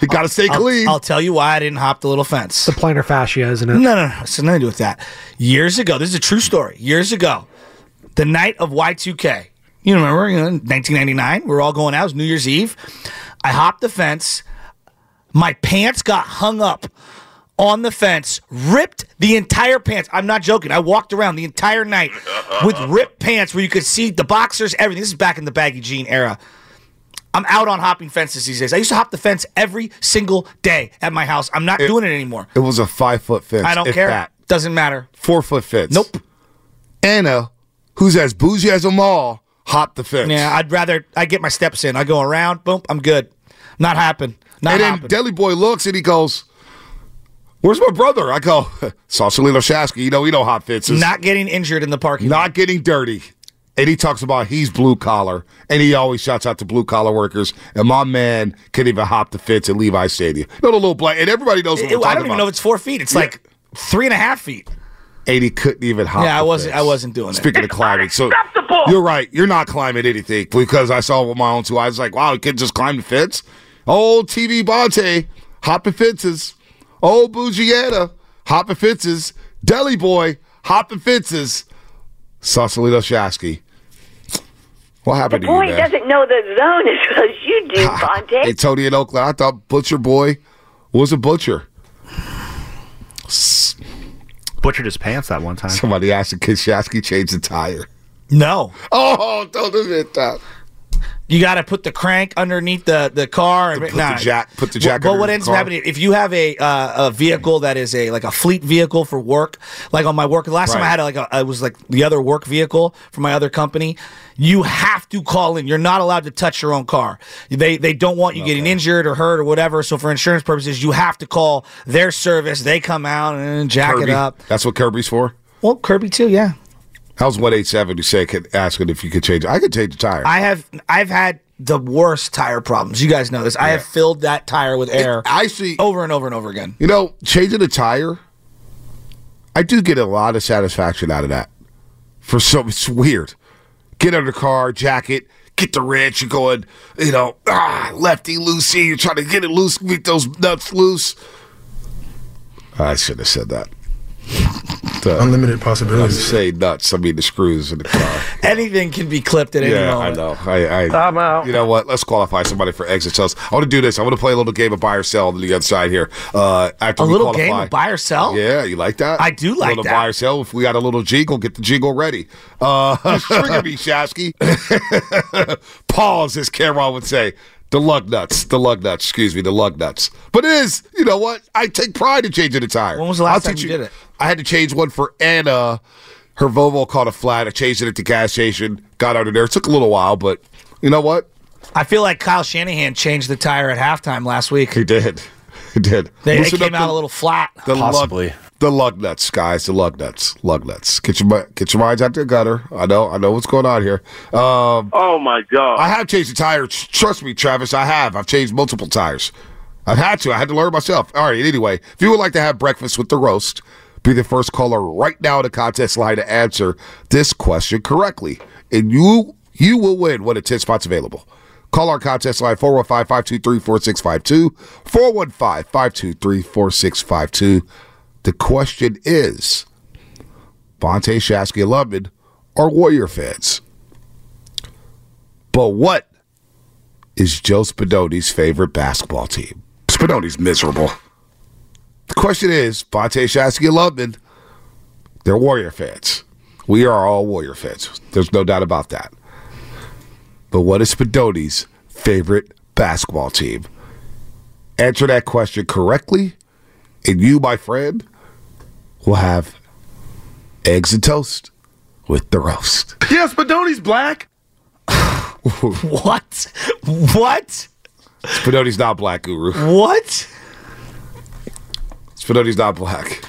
Speaker 3: He got to stay clean.
Speaker 2: I'll, I'll tell you why I didn't hop the little fence.
Speaker 8: Planar fascia, isn't it?
Speaker 2: No, no, no. It's nothing to do with that. Years ago, this is a true story. Years ago, the night of Y2K, you remember, you know, 1999, we were all going out. It was New Year's Eve. I hopped the fence. My pants got hung up on the fence, ripped the entire pants. I'm not joking. I walked around the entire night with ripped pants where you could see the boxers, everything. This is back in the baggy jean era. I'm out on hopping fences these days. I used to hop the fence every single day at my house. I'm not doing it anymore.
Speaker 3: It was a five foot fence.
Speaker 2: I don't
Speaker 3: if
Speaker 2: care.
Speaker 3: that.
Speaker 2: Doesn't matter.
Speaker 3: Four foot fence.
Speaker 2: Nope.
Speaker 3: Anna, who's as bougie as them all, hopped the fence.
Speaker 2: Yeah, I'd rather I get my steps in. I go around, boom, I'm good. Not happen. Not
Speaker 3: and then
Speaker 2: happen.
Speaker 3: Deli Boy looks and he goes, Where's my brother? I go, Sausalito Shasky. You know, he don't hop fences.
Speaker 2: Not getting injured in the parking lot.
Speaker 3: Not getting dirty. And he talks about he's blue collar, and he always shouts out to blue collar workers. And my man can even hop the fence at Levi Stadium. No, the little black, and everybody knows what
Speaker 2: It-
Speaker 3: we're
Speaker 2: I
Speaker 3: talking
Speaker 2: don't even
Speaker 3: about.
Speaker 2: know if it's four feet. It's like three and a half feet.
Speaker 3: and he couldn't even hop.
Speaker 2: Yeah, I
Speaker 3: the
Speaker 2: wasn't-
Speaker 3: fence.
Speaker 2: I wasn't doing it.
Speaker 3: Speaking of climbing, so you're right. You're not climbing anything because I saw it with my own two eyes. Like, wow, he could just climb the fence. Old TV Bonte, hopping fences. Old Bugietta, hopping fences. Deli Boy, hopping fences. Sausalito Shasky. What happened to
Speaker 6: Boy
Speaker 3: you, man?
Speaker 6: doesn't know the zone as well as you do, Fonte.
Speaker 3: Hey, Tony in Oakland. I thought Butcher Boy was a butcher.
Speaker 9: Butchered his pants that one time.
Speaker 3: Somebody asked if Kishaski changed the tire.
Speaker 2: No.
Speaker 3: Oh, don't do that. Stop.
Speaker 2: You got to put the crank underneath the, the car. and
Speaker 3: Put the jack- put the jack
Speaker 2: But, but what
Speaker 3: under the
Speaker 2: ends
Speaker 3: car.
Speaker 2: up happening if you have a uh, a vehicle that is a like a fleet vehicle for work, like on my work. Last time I
Speaker 3: Right.
Speaker 2: had like a, I was like the other work vehicle for my other company. You have to call in. You're not allowed to touch your own car. They they don't want you getting injured or hurt or whatever. So for insurance purposes, you have to call their service. They come out and jack
Speaker 3: Kirby.
Speaker 2: it up.
Speaker 3: That's what Kirby's for.
Speaker 2: Well, Kirby too, yeah.
Speaker 3: How's one eight seven to say could- asking if you could change? I could change the tire.
Speaker 2: I have I've had the worst tire problems. You guys know this. I have filled that tire with air.
Speaker 3: I see.
Speaker 2: over and over and over again.
Speaker 3: You know, changing a tire, I do get a lot of satisfaction out of that. For some, it's weird. Get under the car, jacket, get the wrench. You're going, you know, ah, lefty loosey. You're trying to get it loose, make those nuts loose. I should have said that. Unlimited possibilities. say nuts. I mean the screws in the car.
Speaker 2: Anything can be clipped at any
Speaker 3: yeah, I
Speaker 2: moment.
Speaker 3: know. I, I,
Speaker 2: I'm out.
Speaker 3: you know what? Let's qualify somebody for exit sales. I want to do this. I want to play a little game of buy or sell on the other side here. Uh, after
Speaker 2: A
Speaker 3: we
Speaker 2: little
Speaker 3: qualify.
Speaker 2: game of buy or sell.
Speaker 3: Yeah, you like that?
Speaker 2: Oh. I do like
Speaker 3: a little
Speaker 2: that.
Speaker 3: buy or sell. If we got a little jingle, get the jingle ready. Uh, trigger me, Shasky. Pause, as Cameron would say. The lug nuts. The lug nuts. Excuse me, the lug nuts. But it is, you know what? I take pride in changing a tire.
Speaker 2: When was the last time
Speaker 3: teach
Speaker 2: you did it?
Speaker 3: I had to change one for Anna. Her Volvo caught a flat. I changed it at the gas station. Got out of there. It took a little while, but you know what?
Speaker 2: I feel like Kyle Shanahan changed the tire at halftime last week.
Speaker 3: He did. He did.
Speaker 2: They, they
Speaker 3: Loosen up
Speaker 2: came out
Speaker 3: the-
Speaker 2: a little flat.
Speaker 3: The Lug, the lug nuts, guys. The lug nuts. Lug nuts. Get your mi- get your minds out the gutter. I know. I know what's going on here. Um,
Speaker 4: Oh my god.
Speaker 3: I have changed the tires. Trust me, Travis. I have. I've changed multiple tires. I've had to. I had to learn myself. All right. Anyway, if you would like to have breakfast with the roast, be the first caller right now in the contest line to answer this question correctly, and you you will win one of ten spots available. Call our contest line 415 523 4652. 415 523 4652. The question is Bonte, Shasky, and Lubman are Warrior fans. But what is Joe Spinoni's favorite basketball team? Spinoni's miserable. The question is, Bonte, Shasky, and Lubman, they're Warrior fans. We are all Warrior fans. There's no doubt about that. But what is Spinoni's favorite basketball team? Answer that question correctly, and you, my friend, will have eggs and toast with the roast.
Speaker 9: Yes, but Donnie's black.
Speaker 2: What? What?
Speaker 3: Spinotti's not black, Guru.
Speaker 2: What?
Speaker 3: Spinotti's not black.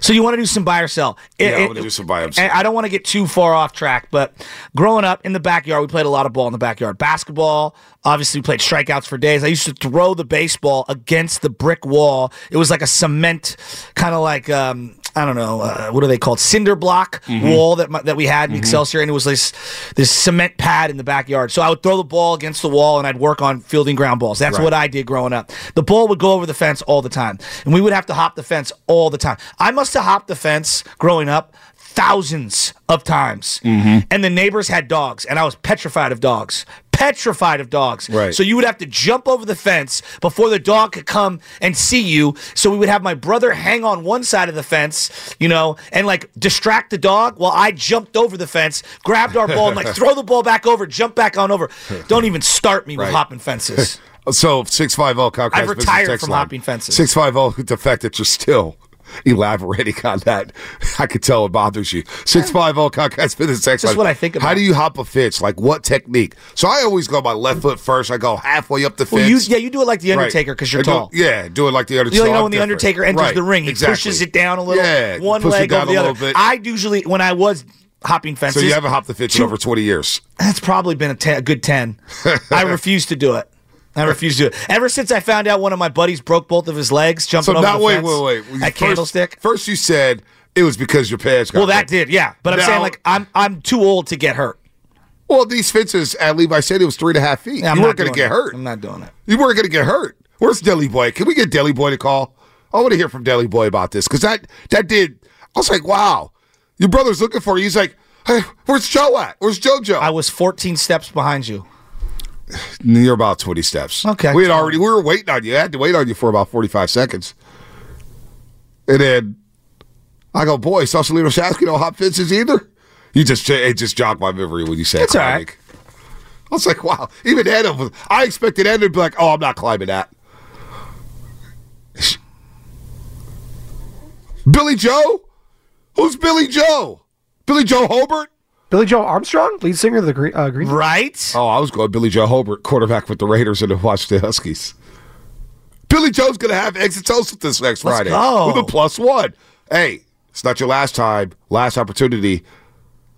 Speaker 2: So you want to do some buy or sell? It-
Speaker 3: Yeah, I
Speaker 2: it-
Speaker 3: wanna do some buy or sell.
Speaker 2: and I don't want to get too far off track, but growing up in the backyard, we played a lot of ball in the backyard. Basketball, obviously, we played strikeouts for days. I used to throw the baseball against the brick wall. It was like a cement, kind of like um, I don't know uh, what are they called, cinder block wall that my, that we had in Excelsior, and it was this this cement pad in the backyard. So I would throw the ball against the wall, and I'd work on fielding ground balls. That's what I did growing up. The ball would go over the fence all the time, and we would have to hop the fence all the time. I must have hopped the fence growing up thousands of times.
Speaker 3: Mm-hmm.
Speaker 2: And the neighbors had dogs, and I was petrified of dogs. Petrified of dogs.
Speaker 3: Right.
Speaker 2: So you would have to jump over the fence before the dog could come and see you. So we would have my brother hang on one side of the fence, you know, and like distract the dog while I jumped over the fence, grabbed our ball, and like throw the ball back over, jump back on over. Don't even start me with
Speaker 3: Right.
Speaker 2: hopping fences.
Speaker 3: So six five zero Comcast.
Speaker 2: I've retired from hopping fences.
Speaker 3: Six five zero. The fact that you're still elaborating on that, I could tell it bothers you. Six five zero Comcast business text
Speaker 2: Just
Speaker 3: line.
Speaker 2: what I think
Speaker 3: How
Speaker 2: about.
Speaker 3: do you hop a fence? Like what technique? So I always go my left foot first. I go halfway up the fence.
Speaker 2: Well, you, yeah, you do it like the
Speaker 3: Right.
Speaker 2: Undertaker because
Speaker 3: I
Speaker 2: you're
Speaker 3: do-
Speaker 2: tall.
Speaker 3: yeah, do it like the Undertaker.
Speaker 2: You know, you
Speaker 3: So
Speaker 2: know
Speaker 3: I'm
Speaker 2: when the
Speaker 3: different.
Speaker 2: Undertaker enters
Speaker 3: Right,
Speaker 2: the ring, he
Speaker 3: exactly.
Speaker 2: pushes it down a little,
Speaker 3: Yeah,
Speaker 2: one
Speaker 3: push it
Speaker 2: leg
Speaker 3: down
Speaker 2: over
Speaker 3: a
Speaker 2: the other.
Speaker 3: little bit.
Speaker 2: I usually, when I was hopping
Speaker 3: so
Speaker 2: fences,
Speaker 3: you haven't hopped the fence in over twenty years.
Speaker 2: that's probably been a, te- a good ten. I refuse to do it. I refuse to do it. Ever since I found out one of my buddies broke both of his legs jumping
Speaker 3: So
Speaker 2: over
Speaker 3: now
Speaker 2: the
Speaker 3: wait,
Speaker 2: fence
Speaker 3: wait, wait. You
Speaker 2: at
Speaker 3: first-
Speaker 2: Candlestick.
Speaker 3: First, you said it was because your pants got.
Speaker 2: Well, that
Speaker 3: ripped.
Speaker 2: did, yeah. But I'm
Speaker 3: Now-
Speaker 2: saying like I'm I'm too old to get hurt.
Speaker 3: Well, these fences at Levi Stadium was three and a half feet.
Speaker 2: Yeah, I'm
Speaker 3: you
Speaker 2: not
Speaker 3: weren't going to
Speaker 2: doing
Speaker 3: get
Speaker 2: it.
Speaker 3: hurt.
Speaker 2: I'm not doing it.
Speaker 3: You weren't going to get hurt. Where's Deli Boy? Can we get Deli Boy to call? I want to hear from Deli Boy about this because that that did. I was like, wow, your brother's looking for you. He's like, hey, where's Joe at? Where's JoJo?
Speaker 2: I was 14 steps behind you.
Speaker 3: You're about twenty steps.
Speaker 2: Okay.
Speaker 3: we had already we were waiting on you. I had to wait on you for about forty five seconds, and then I go, boy, Sausalito Shasky don't hop fences either. You just it just jogged my memory when you said
Speaker 2: That's all right.
Speaker 3: climbing. I was like, wow. Even Adam was. I expected Adam to be like, oh, I'm not climbing that. Billy Joe? Who's Billy Joe? Billy Joe Hobart?
Speaker 8: Billy Joe Armstrong, lead singer of the Green. Uh, Green
Speaker 2: Right?
Speaker 3: Oh, I was going Billy Joe Hobart, quarterback with the Raiders and the Washington Huskies. Billy Joe's going to have exitals with this next
Speaker 2: Let's
Speaker 3: Friday
Speaker 2: go.
Speaker 3: with a plus one. Hey, it's not your last time, last opportunity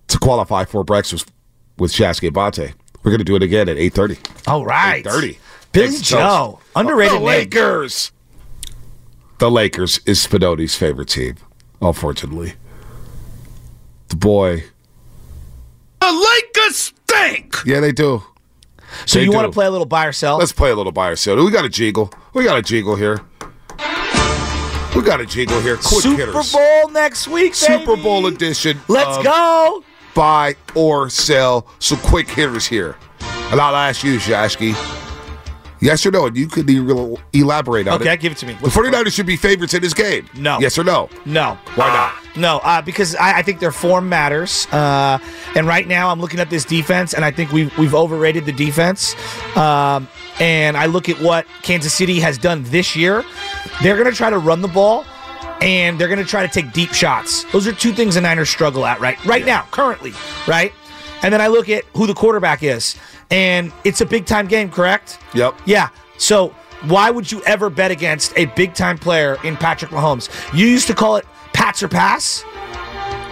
Speaker 3: to qualify for breakfast with Shasky Bonte. We're going to do it again at 8.30.
Speaker 2: All right.
Speaker 3: 8.30.
Speaker 2: Billy
Speaker 3: Exitals.
Speaker 2: Joe. Underrated
Speaker 3: The
Speaker 2: name.
Speaker 3: Lakers. The Lakers is Spinotti's favorite team, unfortunately. The boy.
Speaker 9: The Lakers stink.
Speaker 3: Yeah, they do.
Speaker 2: So
Speaker 3: They
Speaker 2: you want to
Speaker 3: do.
Speaker 2: play a little buy or sell?
Speaker 3: Let's play a little buy or sell. We got a jiggle. We got a jiggle here. We got a jiggle here. Quick
Speaker 2: Super
Speaker 3: hitters.
Speaker 2: Bowl next week,
Speaker 3: Super
Speaker 2: baby.
Speaker 3: Bowl edition.
Speaker 2: Let's
Speaker 3: of
Speaker 2: go.
Speaker 3: Buy or sell. Some quick hitters here. And I'll ask you, Shashki. Yes or no? And you could el- elaborate on
Speaker 2: Okay,
Speaker 3: it.
Speaker 2: give it to me.
Speaker 3: The 49ers should be favorites in this game.
Speaker 2: No.
Speaker 3: Yes or no?
Speaker 2: No.
Speaker 3: Why not?
Speaker 2: No, uh, because I, I think their form matters. Uh, and right now, I'm looking at this defense, and I think we've, we've overrated the defense. Um, and I look at what Kansas City has done this year. They're going to try to run the ball, and they're going to try to take deep shots. Those are two things the Niners struggle at right right now, currently, right? And then I look at who the quarterback is, and it's a big time game, correct?
Speaker 3: Yep.
Speaker 2: Yeah. So why would you ever bet against a big time player in Patrick Mahomes? You used to call it Pats or pass,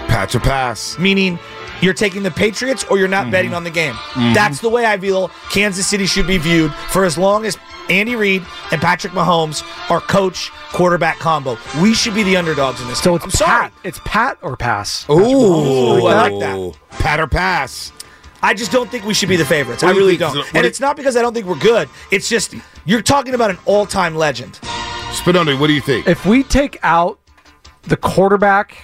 Speaker 3: Patch or pass.
Speaker 2: meaning you're taking the Patriots or you're not
Speaker 3: Mm-hmm.
Speaker 2: betting on the game. That's the way I feel Kansas City should be viewed for as long as Andy Reid and Patrick Mahomes are coach quarterback combo. We should be the underdogs in this.
Speaker 8: So
Speaker 2: game.
Speaker 8: it's
Speaker 2: I'm sorry.
Speaker 8: Pat. It's Pat or pass.
Speaker 3: Ooh,
Speaker 2: I like that.
Speaker 3: Pat or pass.
Speaker 2: I just don't think we should be the favorites.
Speaker 3: What
Speaker 2: I
Speaker 3: do you
Speaker 2: really
Speaker 3: think-
Speaker 2: don't.
Speaker 3: what do
Speaker 2: and
Speaker 3: you-
Speaker 2: it's not because I don't think we're good. It's just you're talking about an all-time legend.
Speaker 3: Spinotti, what do you think?
Speaker 8: If we take out the quarterback,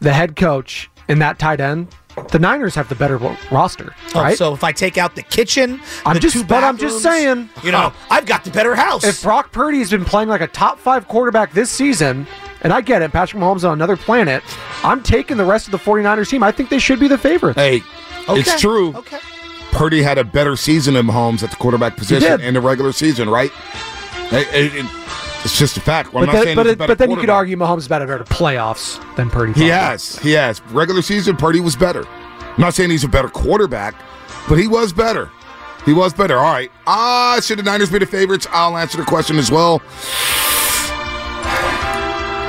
Speaker 8: the head coach, and that tight end, the Niners have the better ro- roster,
Speaker 2: Oh,
Speaker 8: right?
Speaker 2: So if I take out the kitchen,
Speaker 8: I'm
Speaker 2: the
Speaker 8: just-
Speaker 2: two
Speaker 8: but I'm just
Speaker 2: bathrooms,
Speaker 8: saying.
Speaker 2: You know, I've got the better house.
Speaker 8: if Brock Purdy has been playing like a top five quarterback this season, and I get it, Patrick Mahomes on another planet, I'm taking the rest of the 49ers team. I think they should be the favorites.
Speaker 3: Hey,
Speaker 2: Okay,
Speaker 3: it's true.
Speaker 2: Okay.
Speaker 3: Purdy had a better season than Mahomes at the quarterback position
Speaker 8: did.
Speaker 3: in the regular season, right? It- it- it- it's just a fact. Well, I'm not
Speaker 8: but, then,
Speaker 3: saying
Speaker 8: but,
Speaker 3: he's a
Speaker 8: it-
Speaker 3: better
Speaker 8: but then you could
Speaker 3: quarterback.
Speaker 8: argue Mahomes is better at playoffs than Purdy.
Speaker 3: He
Speaker 8: probably.
Speaker 3: has. He has. Regular season, Purdy was better. I'm not saying he's a better quarterback, but he was better. He was better. All right. Ah, should the Niners be the favorites? I'll answer the question as well.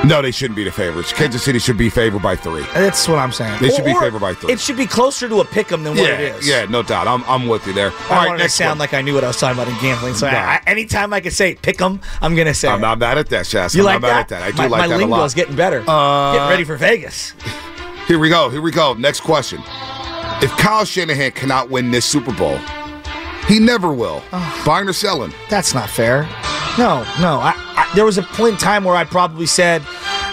Speaker 3: No, they shouldn't be the favorites. Kansas City should be favored by three.
Speaker 2: That's what I'm saying.
Speaker 3: They should be favored by three.
Speaker 2: It should be closer to a pick 'em than what
Speaker 3: yeah,
Speaker 2: it is.
Speaker 3: yeah, no doubt. I'm, I'm with you there. All
Speaker 2: I
Speaker 3: right,
Speaker 2: wanted to
Speaker 3: next
Speaker 2: sound
Speaker 3: one.
Speaker 2: like I knew what I was talking about in gambling. So I-
Speaker 3: Nah.
Speaker 2: I, anytime I could say pick 'em, I'm gonna say.
Speaker 3: I'm
Speaker 2: it.
Speaker 3: not mad at that, Shasta.
Speaker 2: you
Speaker 3: I'm not
Speaker 2: like
Speaker 3: mad
Speaker 2: that?
Speaker 3: at that. I do
Speaker 2: my,
Speaker 3: like
Speaker 2: my
Speaker 3: that a
Speaker 2: lingo
Speaker 3: lot. Uh,
Speaker 2: is getting better. getting ready for Vegas.
Speaker 3: Here we go. Here we go. Next question. If Kyle Shanahan cannot win this Super Bowl, he never will. Buying or selling?
Speaker 2: That's not fair. No, no. I, I, there was a point in time where I probably said,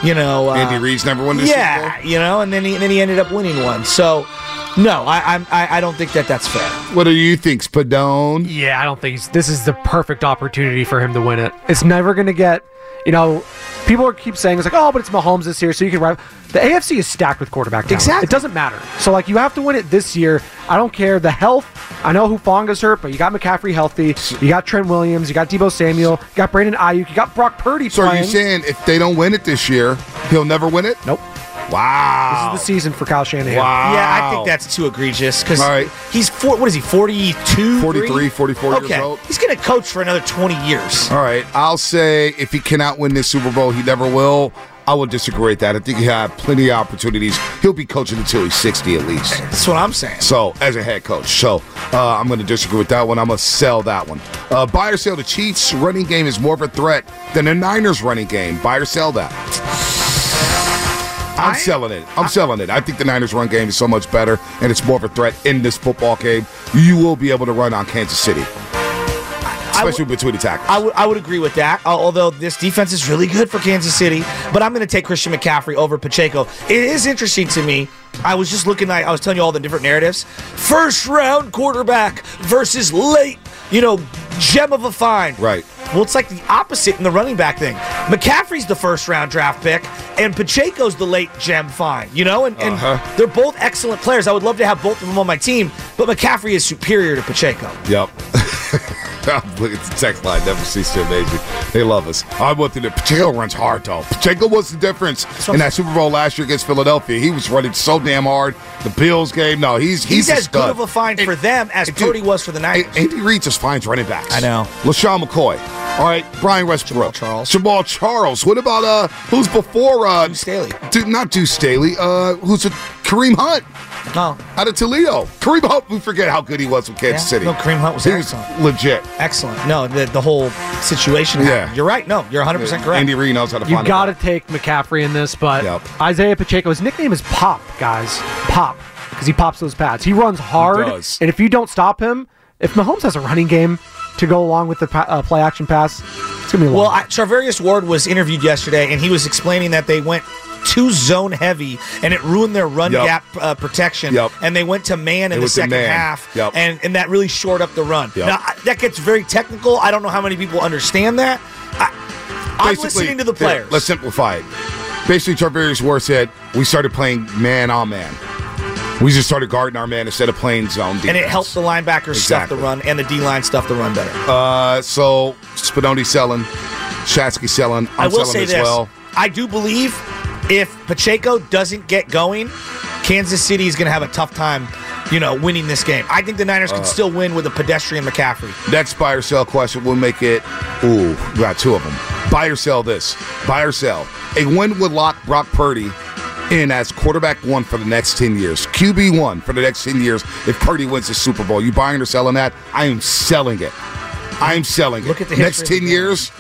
Speaker 2: you know, uh,
Speaker 3: Andy Reid's never won this Super
Speaker 2: yeah,
Speaker 3: Bowl.
Speaker 2: you know, and then he, then he ended up winning one. So, no, I, I'm- I I don't think that that's fair.
Speaker 3: What do you think, Spadone?
Speaker 8: Yeah, I don't think he's, this is the perfect opportunity for him to win it. It's never going to get, you know, people are- keep saying it's like, oh, but it's Mahomes this year, so you can rival. The AFC is stacked with quarterback talent.
Speaker 2: Exactly.
Speaker 8: It doesn't matter. So like, you have to win it this year. I don't care the health. I know Hufanga's hurt, but you got McCaffrey healthy. You got Trent Williams. You got Debo Samuel. You got Brandon Ayuk. You got Brock Purdy
Speaker 3: So are you
Speaker 8: playing.
Speaker 3: saying if they don't win it this year, he'll never win it?
Speaker 8: nope.
Speaker 3: Wow.
Speaker 8: This is the season for Kyle Shanahan.
Speaker 3: Wow.
Speaker 2: Yeah, I think that's too egregious because
Speaker 3: All right.
Speaker 2: he's four, what is he, 42?
Speaker 3: 43, 44
Speaker 2: okay.
Speaker 3: years old.
Speaker 2: He's going to coach for another 20 years.
Speaker 3: All right. I'll say if he cannot win this Super Bowl, he never will. I would disagree with that. I think he had plenty of opportunities. He'll be coaching until he's 60 at least.
Speaker 2: That's what I'm saying.
Speaker 3: So, as a head coach, so uh, I'm going to disagree with that one. I'm going to sell that one. Uh, buy or sell the Chiefs' running game is more of a threat than the Niners' running game. Buy or sell that. I'm selling it. I'm selling it. I think the Niners' run game is so much better, and it's more of a threat in this football game. You will be able to run on Kansas City, especially between the tackles.
Speaker 2: I would I would agree with that. al- Although this defense is really good for Kansas City, but I'm going to take Christian McCaffrey over Pacheco. It is interesting to me. I was just looking. I, I was telling you all the different narratives. First round quarterback versus late, you know, gem of a find.
Speaker 3: Right.
Speaker 2: Well, it's like the opposite in the running back thing. McCaffrey's the first round draft pick, and Pacheco's the late gem find. You know, and, and
Speaker 3: Uh-huh.
Speaker 2: they're both excellent players. I would love to have both of them on my team, but McCaffrey is superior to Pacheco.
Speaker 3: Yep. Look at the text line. Never cease to amaze me. They love us. I went through the Pacheco runs hard though. Pacheco was the difference in that Super Bowl last year against Philadelphia. He was running so damn hard. The Bills game. No, he's he's,
Speaker 2: He's,
Speaker 3: a
Speaker 2: as
Speaker 3: stud.
Speaker 2: good of a find for them as Purdy was for the Niners.
Speaker 3: Andy Reid just finds running backs.
Speaker 2: I know.
Speaker 3: LaShawn McCoy. All right, Brian Westbrook. Jamal Charles. Jamal Charles. What about uh who's before uh Deuce
Speaker 2: Staley.
Speaker 3: not Deuce Staley, uh who's a Kareem Hunt.
Speaker 2: No.
Speaker 3: Out of Toledo. Kareem Hunt, we forget how good he was with Kansas
Speaker 2: Yeah.
Speaker 3: City.
Speaker 2: No, Kareem Hunt was
Speaker 3: He
Speaker 2: excellent.
Speaker 3: legit.
Speaker 2: Excellent. No, the, the whole situation.
Speaker 3: Yeah.
Speaker 2: happened. You're right. No, you're 100% correct.
Speaker 3: Andy Reid knows how to
Speaker 8: You
Speaker 3: find
Speaker 8: got to take McCaffrey in this, but Isaiah Pacheco, his nickname is Pop, guys. Pop, because he pops those pads. He runs hard,
Speaker 3: does.
Speaker 8: and if you don't stop him, if Mahomes has a running game to go along with the pa- uh, play action pass, it's gonna be long.
Speaker 2: Well, I, Charvarius Ward was interviewed yesterday, and he was explaining that they went too zone heavy, and it ruined their run
Speaker 3: Yep.
Speaker 2: gap uh, protection.
Speaker 3: Yep.
Speaker 2: And they went to man
Speaker 3: It
Speaker 2: in the
Speaker 3: was the
Speaker 2: second
Speaker 3: man.
Speaker 2: half,
Speaker 3: Yep.
Speaker 2: and and that really shored up the run.
Speaker 3: Yep.
Speaker 2: Now I- that gets very technical. I don't know how many people understand that. I, I'm listening to the
Speaker 3: there,
Speaker 2: players.
Speaker 3: let's simplify it. Basically, Tarvarius Ward said we started playing man on man. We just started guarding our man instead of playing zone defense.
Speaker 2: and it helped the linebackers stuff
Speaker 3: Exactly.
Speaker 2: the run, and the D line stuff the run better.
Speaker 3: Uh, so Spinoni selling, Shatsky selling. I'm
Speaker 2: i will
Speaker 3: selling
Speaker 2: say
Speaker 3: as
Speaker 2: this.
Speaker 3: well.
Speaker 2: I do believe if Pacheco doesn't get going, Kansas City is going to have a tough time, you know, winning this game. I think the Niners
Speaker 3: Uh,
Speaker 2: can still win with a pedestrian McCaffrey.
Speaker 3: Next buy or sell question. We'll make it. Ooh, we got two of them. Buy or sell this. Buy or sell. A win would lock Brock Purdy in as quarterback one for the next 10 years. QB one for the next 10 years if Purdy wins the Super Bowl. You buying or selling that? I am selling it. I am selling it.
Speaker 2: Look at the
Speaker 3: next 10
Speaker 2: history of the
Speaker 3: years.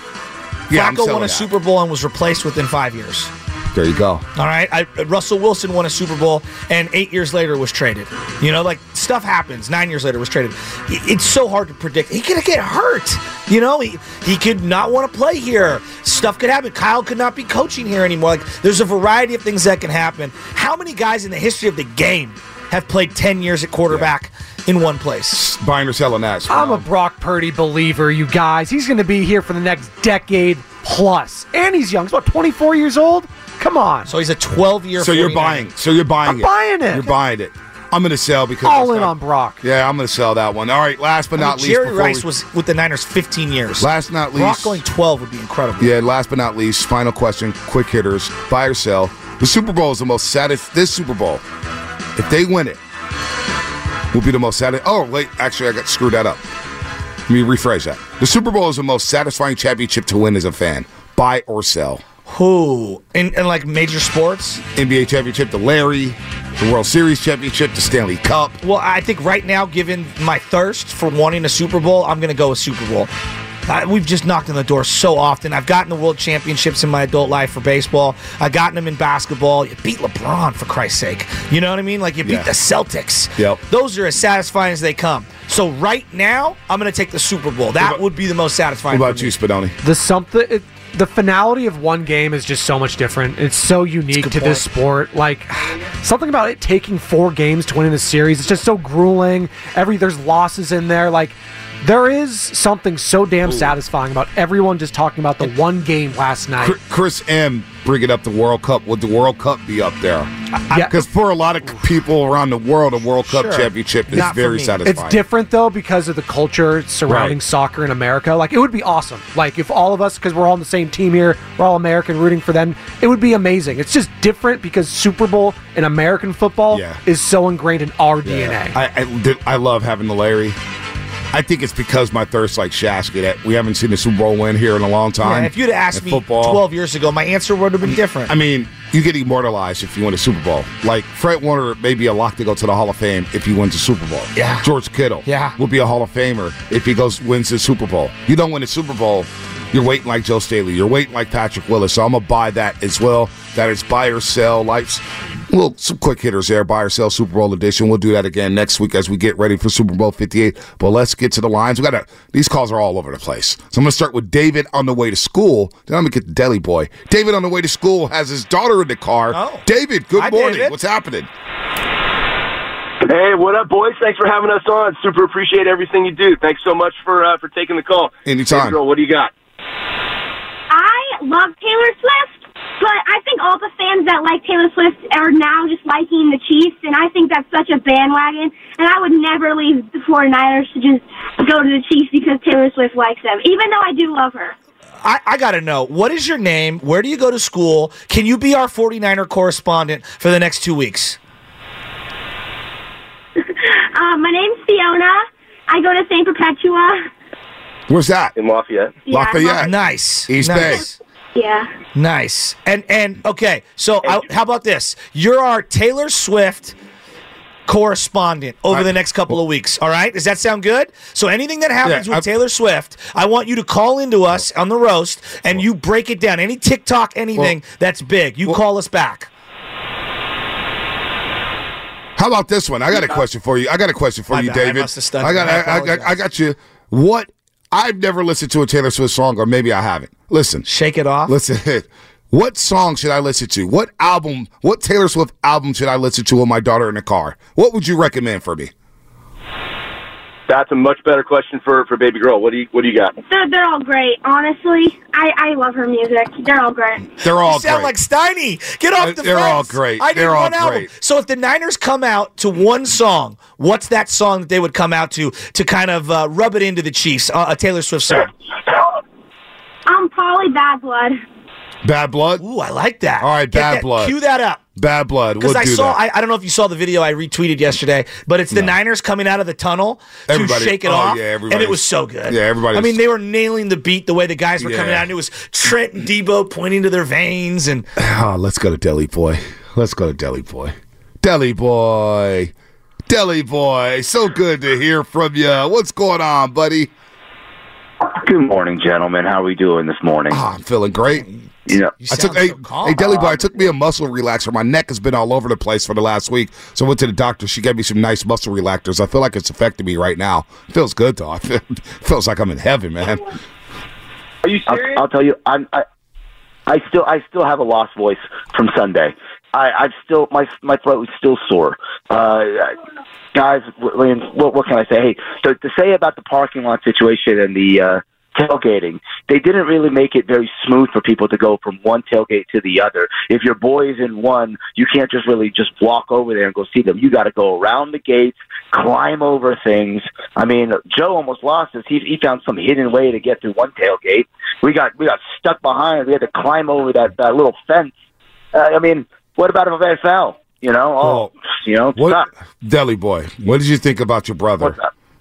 Speaker 3: Yeah, I'm
Speaker 2: Flacco
Speaker 3: selling
Speaker 2: won a
Speaker 3: that.
Speaker 2: Super Bowl and was replaced within five years.
Speaker 3: There you go.
Speaker 2: All right. I, Russell Wilson won a Super Bowl and eight years later was traded. You know, like stuff happens. Nine years later was traded. I- It's so hard to predict. He could get hurt. You know, he, he could not want to play here. Stuff could happen. Kyle could not be coaching here anymore. Like, there's a variety of things that can happen. How many guys in the history of the game have played 10 years at quarterback in one place?
Speaker 3: Buying or selling that.
Speaker 8: I'm a Brock Purdy believer, you guys. He's going to be here for the next decade plus, and he's young. He's about 24 years old. Come on.
Speaker 2: So he's a 12 year.
Speaker 3: So you're buying. So you're buying
Speaker 8: I'm
Speaker 3: it.
Speaker 8: buying it.
Speaker 3: You're buying it. I'm going to sell because
Speaker 8: all
Speaker 3: it's
Speaker 8: in
Speaker 3: not-
Speaker 8: on Brock.
Speaker 3: Yeah, I'm going to sell that one. All right, last but
Speaker 2: I mean,
Speaker 3: not least.
Speaker 2: Jerry
Speaker 3: before
Speaker 2: Rice
Speaker 3: we-
Speaker 2: was with the Niners 15 years.
Speaker 3: Last not
Speaker 2: Brock
Speaker 3: least-
Speaker 2: going 12 would be incredible.
Speaker 3: Yeah, last but not least, final question, quick hitters, buy or sell. The Super Bowl is the most saddest. This Super Bowl, if they win it, will be the most satisfying. Oh, wait, actually, I got screwed that up. Let me rephrase that. The Super Bowl is the most satisfying championship to win as a fan. Buy or sell.
Speaker 2: Who? In, in like major sports?
Speaker 3: NBA championship, the Larry, the World Series championship, the Stanley Cup.
Speaker 2: Well, I think right now, given my thirst for wanting a Super Bowl, I'm going to go with Super Bowl. I, we've just knocked on the door so often. I've gotten the world championships in my adult life for baseball. I've gotten them in basketball. You beat LeBron, for Christ's sake. You know what I mean? Like, you beat
Speaker 3: Yeah.
Speaker 2: the Celtics.
Speaker 3: Yep.
Speaker 2: Those are as satisfying as they come. So, right now, I'm going to take the Super Bowl. That would be the most
Speaker 3: What
Speaker 2: satisfying.
Speaker 3: about
Speaker 2: for me.
Speaker 3: you, Spadoni?
Speaker 8: The something, it, the finality of one game is just so much different. It's so unique to this sport. Like something about it taking four games to win in a series. It's just so grueling. Every there's losses in there. Like there is something so damn satisfying about everyone just talking about the one game last night.
Speaker 3: Chr- Chris M bringing up the World Cup. Would the World Cup be up there? Because for a lot of people around the world, a World Cup
Speaker 8: Sure.
Speaker 3: championship is
Speaker 8: Not for
Speaker 3: very
Speaker 8: me.
Speaker 3: satisfying.
Speaker 8: It's different though because of the culture surrounding
Speaker 3: Right.
Speaker 8: soccer in America. Like it would be awesome. Like if all of us, because we're all on the same team here, we're all American rooting for them. It would be amazing. It's just different because Super Bowl and American football
Speaker 3: Yeah.
Speaker 8: is so ingrained in our DNA.
Speaker 3: I, I, did- I love having the Larry. I think it's because my thirst like Shasky that we haven't seen a Super Bowl win here in a long time.
Speaker 2: Yeah, if you'd have asked
Speaker 3: in
Speaker 2: me
Speaker 3: football.
Speaker 2: 12 years ago, my answer would have been different.
Speaker 3: I mean, you get immortalized if you win a Super Bowl. Like Fred Warner may be a lock to go to the Hall of Fame if he wins the Super Bowl.
Speaker 2: Yeah.
Speaker 3: George Kittle.
Speaker 2: Yeah.
Speaker 3: Will be a Hall of Famer if he goes wins the Super Bowl. You don't win the Super Bowl, You're waiting like Joe Staley. You're waiting like Patrick Willis. So I'm gonna buy that as well. That is buy or sell. Life's well, some quick hitters there. Buy or sell Super Bowl edition. We'll do that again next week as we get ready for Super Bowl 58. But let's get to the lines. We got to these calls are all over the place. So I'm gonna start with David on the way to school. Then I'm gonna get the deli boy. David on the way to school has his daughter in the car. David, good
Speaker 12: Oh. Hi,
Speaker 3: morning.
Speaker 12: David.
Speaker 3: What's happening?
Speaker 12: Hey, what up, boys? Thanks for having us on. Super appreciate everything you do. Thanks so much for uh, for taking the call.
Speaker 3: Anytime.
Speaker 12: Hey, girl, what do you got?
Speaker 13: I love Taylor Swift, but I think all the fans that like Taylor Swift are now just liking the Chiefs, and I think that's such a bandwagon. And I would never leave the 49ers to just go to the Chiefs because Taylor Swift likes them, even though I do love her.
Speaker 2: I, I got to know what is your name? Where do you go to school? Can you be our 49er correspondent for the next two weeks?
Speaker 13: Um, my name's Fiona. I go to St. Perpetua.
Speaker 3: Where's that?
Speaker 12: In Lafayette.
Speaker 13: Yeah,
Speaker 2: Lafayette.
Speaker 13: Lafayette.
Speaker 2: Nice.
Speaker 3: Uh, East
Speaker 2: nice.
Speaker 13: Yeah.
Speaker 2: Nice. And and okay, so I, how about this? You're our Taylor Swift correspondent over the next couple of weeks. All right? Does that sound good? So anything that happens
Speaker 3: Yeah,
Speaker 2: with Taylor Swift, I want you to call into us on the roast and you break it down. Any TikTok, anything that's big, you call us back.
Speaker 3: How about this one? I got a question for you. I got a question for
Speaker 2: My
Speaker 3: you,
Speaker 2: bad. I
Speaker 3: David.
Speaker 2: must have stuck
Speaker 3: I got.
Speaker 2: it. I
Speaker 3: I, I, got- I got you. What? I've never listened to a Taylor Swift song, or maybe I haven't. Listen,
Speaker 2: shake it off.
Speaker 3: Listen, what song should I listen to? What album? What Taylor Swift album should I listen to with my daughter in the car? What would you recommend for me?
Speaker 12: That's a much better question for, for baby girl. What do you What do you got?
Speaker 13: They're, they're all great, honestly. I, I love her music. They're all great.
Speaker 3: They're all
Speaker 2: you sound
Speaker 3: great.
Speaker 2: like Steiny. Get off
Speaker 3: Uh,
Speaker 2: the
Speaker 3: they're all
Speaker 2: fence.
Speaker 3: great.
Speaker 2: I need
Speaker 3: They're all
Speaker 2: one album.
Speaker 3: great.
Speaker 2: So if the Niners come out to one song, what's that song that they would come out to to kind of uh, rub it into the Chiefs? Uh, a Taylor Swift song.
Speaker 13: I'm probably Bad Blood.
Speaker 3: Bad Blood.
Speaker 2: Ooh, I like that.
Speaker 3: All right,
Speaker 2: Get
Speaker 3: Bad
Speaker 2: that-
Speaker 3: Blood.
Speaker 2: Cue that up.
Speaker 3: Bad Blood.
Speaker 2: Because
Speaker 3: We'll
Speaker 2: I
Speaker 3: do
Speaker 2: saw,
Speaker 3: that.
Speaker 2: I, I don't know if you saw the video I retweeted yesterday, but it's the Niners coming out of the tunnel
Speaker 3: Everybody-
Speaker 2: to shake it
Speaker 3: oh,
Speaker 2: off,
Speaker 3: yeah,
Speaker 2: and
Speaker 3: everybody-
Speaker 2: it was so good.
Speaker 3: yeah, everybody
Speaker 2: I mean,
Speaker 3: was-
Speaker 2: they were nailing the beat the way the guys were coming
Speaker 3: Yeah.
Speaker 2: out, and it was Trent and Debo pointing to their veins, and
Speaker 3: Ah, let's go to Deli Boy. Let's go to Deli Boy. Deli Boy. Deli Boy. So good to hear from you. What's going on, buddy?
Speaker 4: Good morning, gentlemen. How are we doing this morning?
Speaker 3: Ah, I'm feeling great.
Speaker 4: You know,
Speaker 3: I took hey, hey Deli Boy, I took me a muscle relaxer. My neck has been all over the place for the last week. So I went to the doctor. She gave me some nice muscle relaxers. I feel like it's affecting me right now. Feels good though. I feel, feels like I'm in heaven, man.
Speaker 12: Are you serious? I'll, I'll tell you. I'm. I, I still I still have a lost voice from Sunday. I I've still my my throat is still sore. Uh, guys, w- I mean, what what can I say? Hey, to, to say about the parking lot situation and the uh, tailgating, they didn't really make it very smooth for people to go from one tailgate to the other. If your boy is in one, you can't just really just walk over there and go see them. You got to go around the gates, climb over things. I mean, Joe almost lost us. He he found some hidden way to get through one tailgate. We got we got stuck behind. We had to climb over that, that little fence. Uh, I mean, what about if I fell? You know, oh, you know,
Speaker 3: What, Deli Boy, what did you think about your brother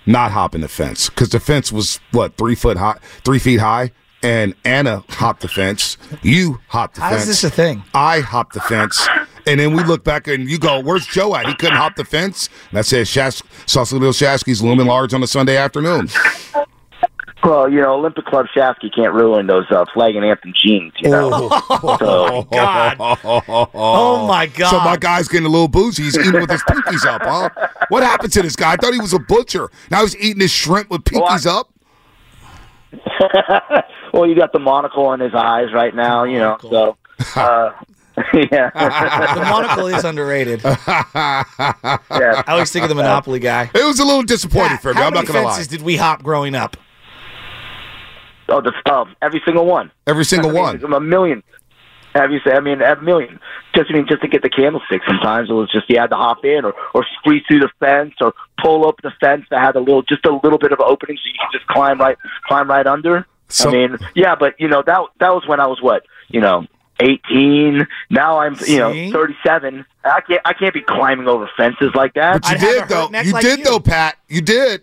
Speaker 3: not hopping the fence? Because the fence was what three foot high, three feet high, and Anna hopped the fence. You hopped the
Speaker 2: How is
Speaker 3: fence.
Speaker 2: this a thing?
Speaker 3: I hopped the fence, and then we look back and you go, "Where's Joe at? He couldn't hop the fence." And I said, Shask- "Sausalito Shasky's looming large on a Sunday afternoon."
Speaker 12: Well, you know, Olympic Club Shasky can't ruin those uh, flag and anthem jeans, you know. so,
Speaker 2: God.
Speaker 3: Oh
Speaker 2: my
Speaker 3: So
Speaker 2: God.
Speaker 3: my guy's getting a little boozy. He's eating with his pinkies up, huh? What happened to this guy? I thought he was a butcher. Now he's eating his shrimp with pinkies up.
Speaker 12: well, you got the monocle on his eyes right now, you know. So, uh, yeah.
Speaker 2: the monocle is underrated.
Speaker 12: I
Speaker 2: always think of the Monopoly guy.
Speaker 3: It was a little disappointing for me.
Speaker 2: How
Speaker 3: I'm
Speaker 2: many
Speaker 3: not gonna lie.
Speaker 2: fences did we hop growing up?
Speaker 12: Oh, the oh, every single one.
Speaker 3: Every single
Speaker 12: I mean,
Speaker 3: one.
Speaker 12: A million. Have you said? I mean, a million. Just I mean, just to get the candlestick. Sometimes it was just you had to hop in, or or squeeze through the fence, or pull up the fence that had a little, just a little bit of opening, so you could just climb right, climb right under.
Speaker 3: So-
Speaker 12: I mean, yeah, but you know that that was when I was what you know. 18. Now I'm, you know,
Speaker 3: See?
Speaker 12: 37. I can't. I can't be climbing over fences like that.
Speaker 3: But you did though. You did though, Pat. You did.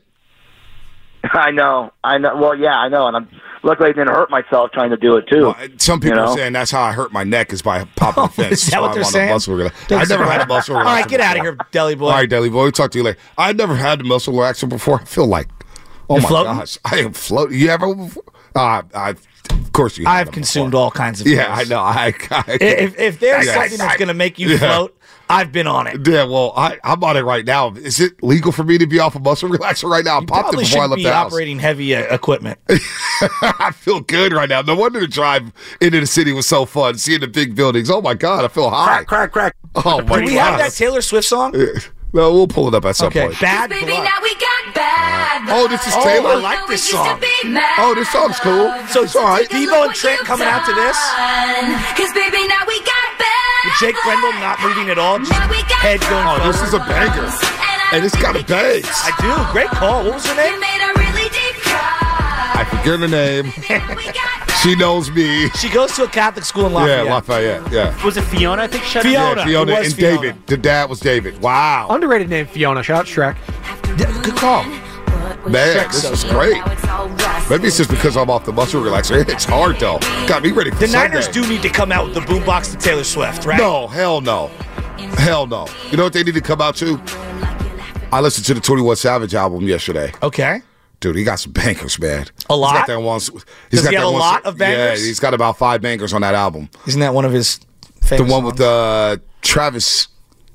Speaker 12: I know. I know. Well, yeah, I know. And I'm luckily I didn't hurt myself trying to do it too.
Speaker 3: Some people
Speaker 12: you know?
Speaker 3: are saying that's how I hurt my neck is by popping the fence.
Speaker 2: Is that
Speaker 3: So
Speaker 2: what
Speaker 3: I
Speaker 2: they're
Speaker 3: want a
Speaker 2: saying?
Speaker 3: muscle relax- I never had a muscle
Speaker 2: All
Speaker 3: relaxer.
Speaker 2: right, get out of here, Deli
Speaker 3: All
Speaker 2: Boy.
Speaker 3: right, Deli Boy. We'll talk to you later. I never had a muscle relaxer before. I feel like, oh
Speaker 2: You're
Speaker 3: my
Speaker 2: floating?
Speaker 3: gosh, I am floating. You ever? Uh, I, of course you.
Speaker 2: I've consumed all kinds of.
Speaker 3: Yeah, I
Speaker 2: pills.
Speaker 3: know. I, I
Speaker 2: If, if there's
Speaker 3: Yeah.
Speaker 2: something that's going to make you
Speaker 3: Yeah.
Speaker 2: float, I've been on it.
Speaker 3: Yeah, well, I, I'm on it right now. Is it legal for me to be off a muscle relaxer right now? I popped it
Speaker 2: Probably
Speaker 3: before I
Speaker 2: should
Speaker 3: left
Speaker 2: be
Speaker 3: the house.
Speaker 2: operating heavy uh, equipment.
Speaker 3: I feel good right now. No wonder the drive into the city was so fun. Seeing the big buildings. Oh my god, I feel high.
Speaker 2: Crack, crack,
Speaker 3: crack. Oh my
Speaker 2: Do we have
Speaker 3: god.
Speaker 2: that Taylor Swift song?
Speaker 3: no, we'll pull it up at some
Speaker 2: Okay,
Speaker 3: point.
Speaker 2: bad.
Speaker 14: Baby, now we got bad.
Speaker 3: Oh, this is
Speaker 14: blood.
Speaker 3: Taylor?
Speaker 14: Oh,
Speaker 3: I like this
Speaker 14: we used to
Speaker 3: song.
Speaker 14: be mad
Speaker 3: Oh, this song's cool. So it's all right.
Speaker 2: Devo and Trent coming out to this.
Speaker 14: blood. 'Cause baby, now we got bad.
Speaker 2: With Jake Brendel not moving at all, just head going. Oh,
Speaker 3: this is a banger. And it's got a bang.
Speaker 2: I do. Great call. What was her name?
Speaker 14: Made a really deep cut.
Speaker 3: I forget her name. she knows me.
Speaker 2: She goes to a Catholic school in
Speaker 3: Yeah,
Speaker 2: Lafayette.
Speaker 3: Lafayette. Yeah.
Speaker 15: Was it Fiona? I think shut
Speaker 3: Yeah, Fiona and David. The dad was David. Wow.
Speaker 8: Underrated name Fiona. Shout out Shrek.
Speaker 3: good call. Man, this is great. Maybe it's just because I'm off the muscle relaxer. It's hard though. Got me ready for
Speaker 2: The
Speaker 3: Sunday.
Speaker 2: Niners do need to come out with the boombox to Taylor Swift, right?
Speaker 3: No, hell no. Hell no. You know what they need to come out to? I listened to the 21 Savage album yesterday.
Speaker 2: Okay.
Speaker 3: Dude, he got some bangers, man.
Speaker 2: A lot?
Speaker 3: He's got that one.
Speaker 2: Does he
Speaker 3: got
Speaker 2: have
Speaker 3: that
Speaker 2: a
Speaker 3: one-
Speaker 2: lot of bangers?
Speaker 3: Yeah, he's got about five bangers on that album.
Speaker 2: Isn't that one of his
Speaker 3: The one with uh, Travis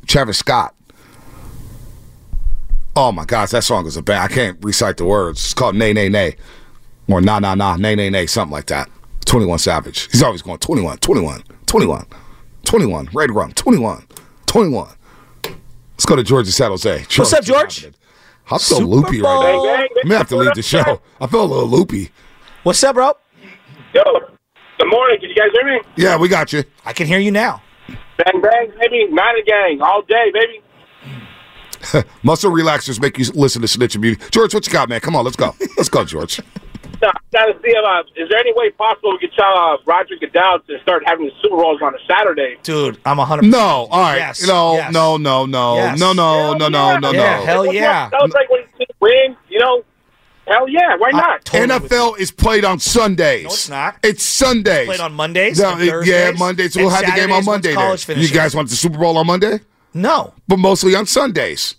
Speaker 3: Travis Scott. Oh my gosh, that song is a bang. I can't recite the words. It's called Nay Nay Nay. Or Nah Nah Nah, Nay Nay Nay, something like that. 21 Savage. He's always going 21, 21, 21, 21, Red Rum, 21, 21. Let's go to Georgia San Jose.
Speaker 2: What's up, George?
Speaker 3: I'm so
Speaker 2: Super
Speaker 3: loopy right now.
Speaker 2: Bowl. Bang, bang.
Speaker 3: I'm gonna have to leave the show. I feel a little loopy.
Speaker 2: What's up, bro?
Speaker 5: Yo, good morning. Can you guys hear me?
Speaker 3: Yeah, we got you.
Speaker 2: I can hear you now.
Speaker 5: Bang bang, baby. Niner gang all day, baby.
Speaker 3: Muscle relaxers make you listen to snitching music. George, what you got, man? Come on, let's go. Let's go, George.
Speaker 5: So, I gotta see if, uh, is there any way possible we could tell uh, Roger Goodell to start having the Super Bowls on a Saturday?
Speaker 2: Dude, I'm 100%.
Speaker 3: No, all right.
Speaker 2: Yes,
Speaker 3: no,
Speaker 2: yes.
Speaker 3: no, no, no,
Speaker 2: Yes.
Speaker 3: no, no, no, no, no, no.
Speaker 2: Yeah, hell yeah.
Speaker 5: That was like when he win, you know. Hell yeah, why not?
Speaker 3: NFL is played on Sundays. No, it's
Speaker 2: not.
Speaker 3: It's Sundays.
Speaker 2: Played on Mondays
Speaker 3: No,
Speaker 2: and
Speaker 3: it- yeah,
Speaker 2: Thursdays,
Speaker 3: Mondays.
Speaker 2: and
Speaker 3: We'll have the game
Speaker 2: Saturdays
Speaker 3: on
Speaker 2: once
Speaker 3: Monday.
Speaker 2: college
Speaker 3: then. You
Speaker 2: finishes.
Speaker 3: guys want the Super Bowl on Monday?
Speaker 2: No,
Speaker 3: but mostly on Sundays.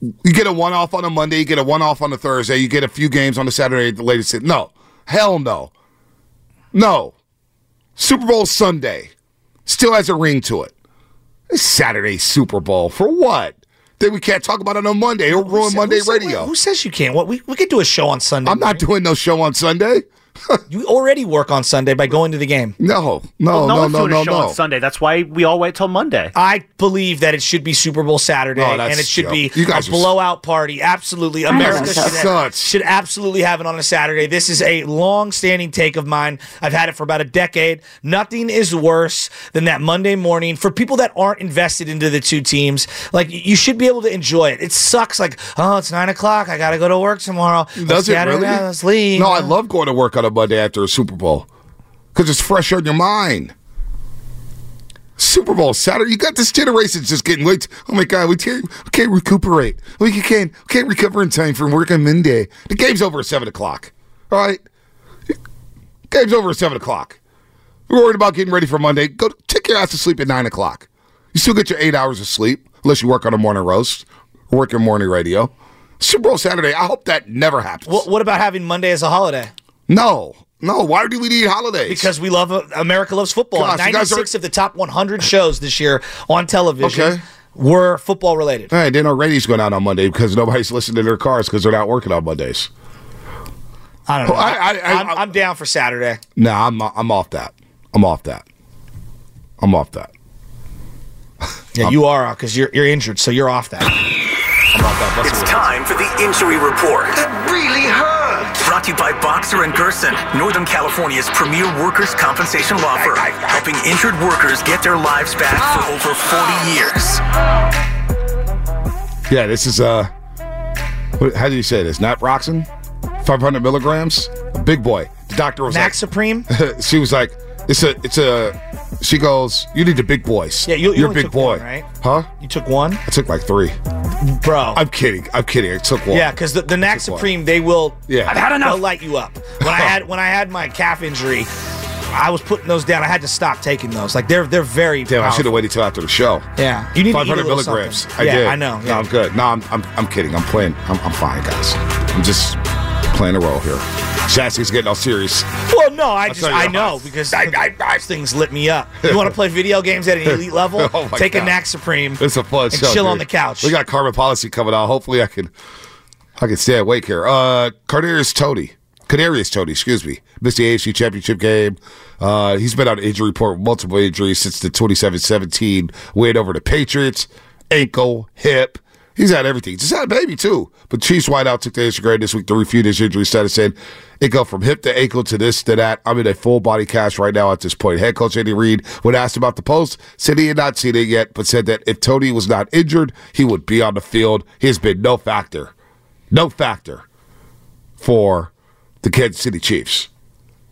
Speaker 3: You get a one off on a Monday. You get a one off on a Thursday. You get a few games on a Saturday. at The latest. No, hell no, no. Super Bowl Sunday still has a ring to it. It's Saturday Super Bowl for what? Then we can't talk about it on Monday. It'll ruin Monday radio.
Speaker 2: Who says you can't? What we we could do a show on Sunday.
Speaker 3: I'm not doing no show on Sunday.
Speaker 2: you already work on Sunday by going to the game.
Speaker 3: Oh, No,
Speaker 15: Well, no, one's doing a show on Sunday. That's why we all wait till Monday.
Speaker 2: I believe that it should be Super Bowl Saturday,
Speaker 15: No, that's
Speaker 2: and it should
Speaker 15: joke.
Speaker 2: be
Speaker 15: You guys
Speaker 2: a
Speaker 15: are-
Speaker 2: blowout party. Absolutely,
Speaker 15: I
Speaker 2: America
Speaker 15: don't
Speaker 2: should,
Speaker 15: think
Speaker 2: have, should absolutely have it on a Saturday. This is a long-standing take of mine. I've had it for about a decade. Nothing is worse than that Monday morning for people that aren't invested into the two teams. Like y- you should be able to enjoy it. It sucks. Like oh, it's nine o'clock. I got to go to work tomorrow.
Speaker 3: Does it
Speaker 2: Saturday,
Speaker 3: really?
Speaker 2: yeah, Let's leave.
Speaker 3: No, I love going to work on a Monday after a Super Bowl because it's fresh on your mind. Super Bowl Saturday, you got this generation's just getting late. Oh my God, we can't, we can't recuperate. We can't we can't recover in time from work on Monday. The game's over at seven o'clock. All right, game's over at seven o'clock. We're worried about getting ready for Monday. Go take your ass to sleep at nine o'clock. You still get your eight hours of sleep unless you work on a morning roast, or work your morning radio. Super Bowl Saturday. I hope that never happens.
Speaker 2: What, what about having Monday as a holiday?
Speaker 3: No, no. Why do we need holidays?
Speaker 2: Because we love uh, America loves football.
Speaker 3: Gosh, you guys are-
Speaker 2: 96 of the top 100 shows this year on television
Speaker 3: Okay.
Speaker 2: were football related.
Speaker 3: All right, then our radio's going out on Monday because nobody's listening to their cars because they're not working on Mondays.
Speaker 2: I don't know.
Speaker 3: I- I-
Speaker 2: I, am I'm down for Saturday.
Speaker 3: Nah, I'm I'm off that. I'm off that. I'm off that.
Speaker 2: Yeah,
Speaker 3: Um,
Speaker 2: you are because you're you're injured, so you're off that.
Speaker 16: It's time for the injury report. That really hurt. Brought to you by Boxer and Gerson, Northern California's premier workers' compensation law firm, helping injured workers get their lives back for over 40 years.
Speaker 3: Yeah, this is uh, what, how do you say this? Not Roxon, 500 milligrams, big boy. The doctor was
Speaker 2: Max Supreme.
Speaker 3: like, she was like, it's a, it's a. She goes, you need the big boys.
Speaker 2: Yeah, you- you
Speaker 3: are a
Speaker 2: only
Speaker 3: big
Speaker 2: took
Speaker 3: boy,
Speaker 2: one, right?
Speaker 3: Huh?
Speaker 2: You took one.
Speaker 3: I took like three,
Speaker 2: bro.
Speaker 3: I'm kidding. I'm kidding. I took one.
Speaker 2: Yeah, because the, the Nac
Speaker 3: Just one.
Speaker 2: Supreme, they will.
Speaker 3: Yeah.
Speaker 2: I've had enough. They'll light you up. When I had when I had my calf injury, I was putting those down. I had to stop taking those. Like they're they're very.
Speaker 3: Damn, I
Speaker 2: powerful.
Speaker 3: should have waited till after the show.
Speaker 2: Yeah. You need to eat a
Speaker 3: 500
Speaker 2: little
Speaker 3: milligrams.
Speaker 2: something.
Speaker 3: I
Speaker 2: Yeah,
Speaker 3: did.
Speaker 2: I know, yeah.
Speaker 3: No, I'm good. No, I'm, I'm, I'm kidding. I'm playing. I'm, I'm fine, guys. I'm just playing a role here. Jassy's getting all serious.
Speaker 2: Well, no, I
Speaker 3: I'll
Speaker 2: just
Speaker 3: tell you
Speaker 2: I
Speaker 3: how.
Speaker 2: know because I, I, those things lit me up. You want to play video games at an elite level?
Speaker 3: Oh my
Speaker 2: Take
Speaker 3: God.
Speaker 2: a knack supreme.
Speaker 3: It's a fun
Speaker 2: and
Speaker 3: show.
Speaker 2: chill
Speaker 3: dude.
Speaker 2: on the couch.
Speaker 3: We got Carbon Policy coming out. Hopefully, I can, I can stay awake here. Uh, Cardarius Tony, Cardarius Tony, excuse me, missed the AFC Championship game. Uh, he's been on the injury report with multiple injuries since the 27-17 win over the Patriots. Ankle, hip. He's had everything. He's had a baby too. But Chiefs wideout took the Instagram this week to refute his injury status, saying it go from hip to ankle to this to that. I'm in a full body cast right now at this point. Head coach Andy Reid, when asked about the post, said he had not seen it yet, but said that if Tony was not injured, he would be on the field. He has been no factor, no factor for the Kansas City Chiefs.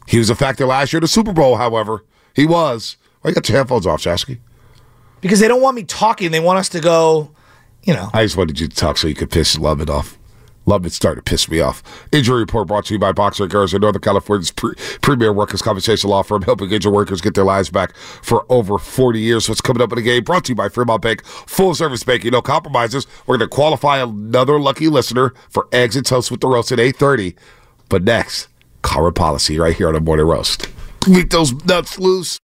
Speaker 3: He was a factor last year at the Super Bowl. However, he was. Why you got your headphones off, Shasky?
Speaker 2: because they don't want me talking. They want us to go. You know,
Speaker 3: I just wanted you to talk so you could piss Lovett off. Lovett started to piss me off. Injury report brought to you by Boxer and Garza, Northern California's pre- premier workers' compensation law firm, helping injured workers get their lives back for over 40 years. What's coming up in the game? Brought to you by Fremont Bank, full service banking, no compromises. We're going to qualify another lucky listener for eggs and toast with the roast at 8:30. But next, Color Policy right here on the Morning Roast. Leak those nuts loose.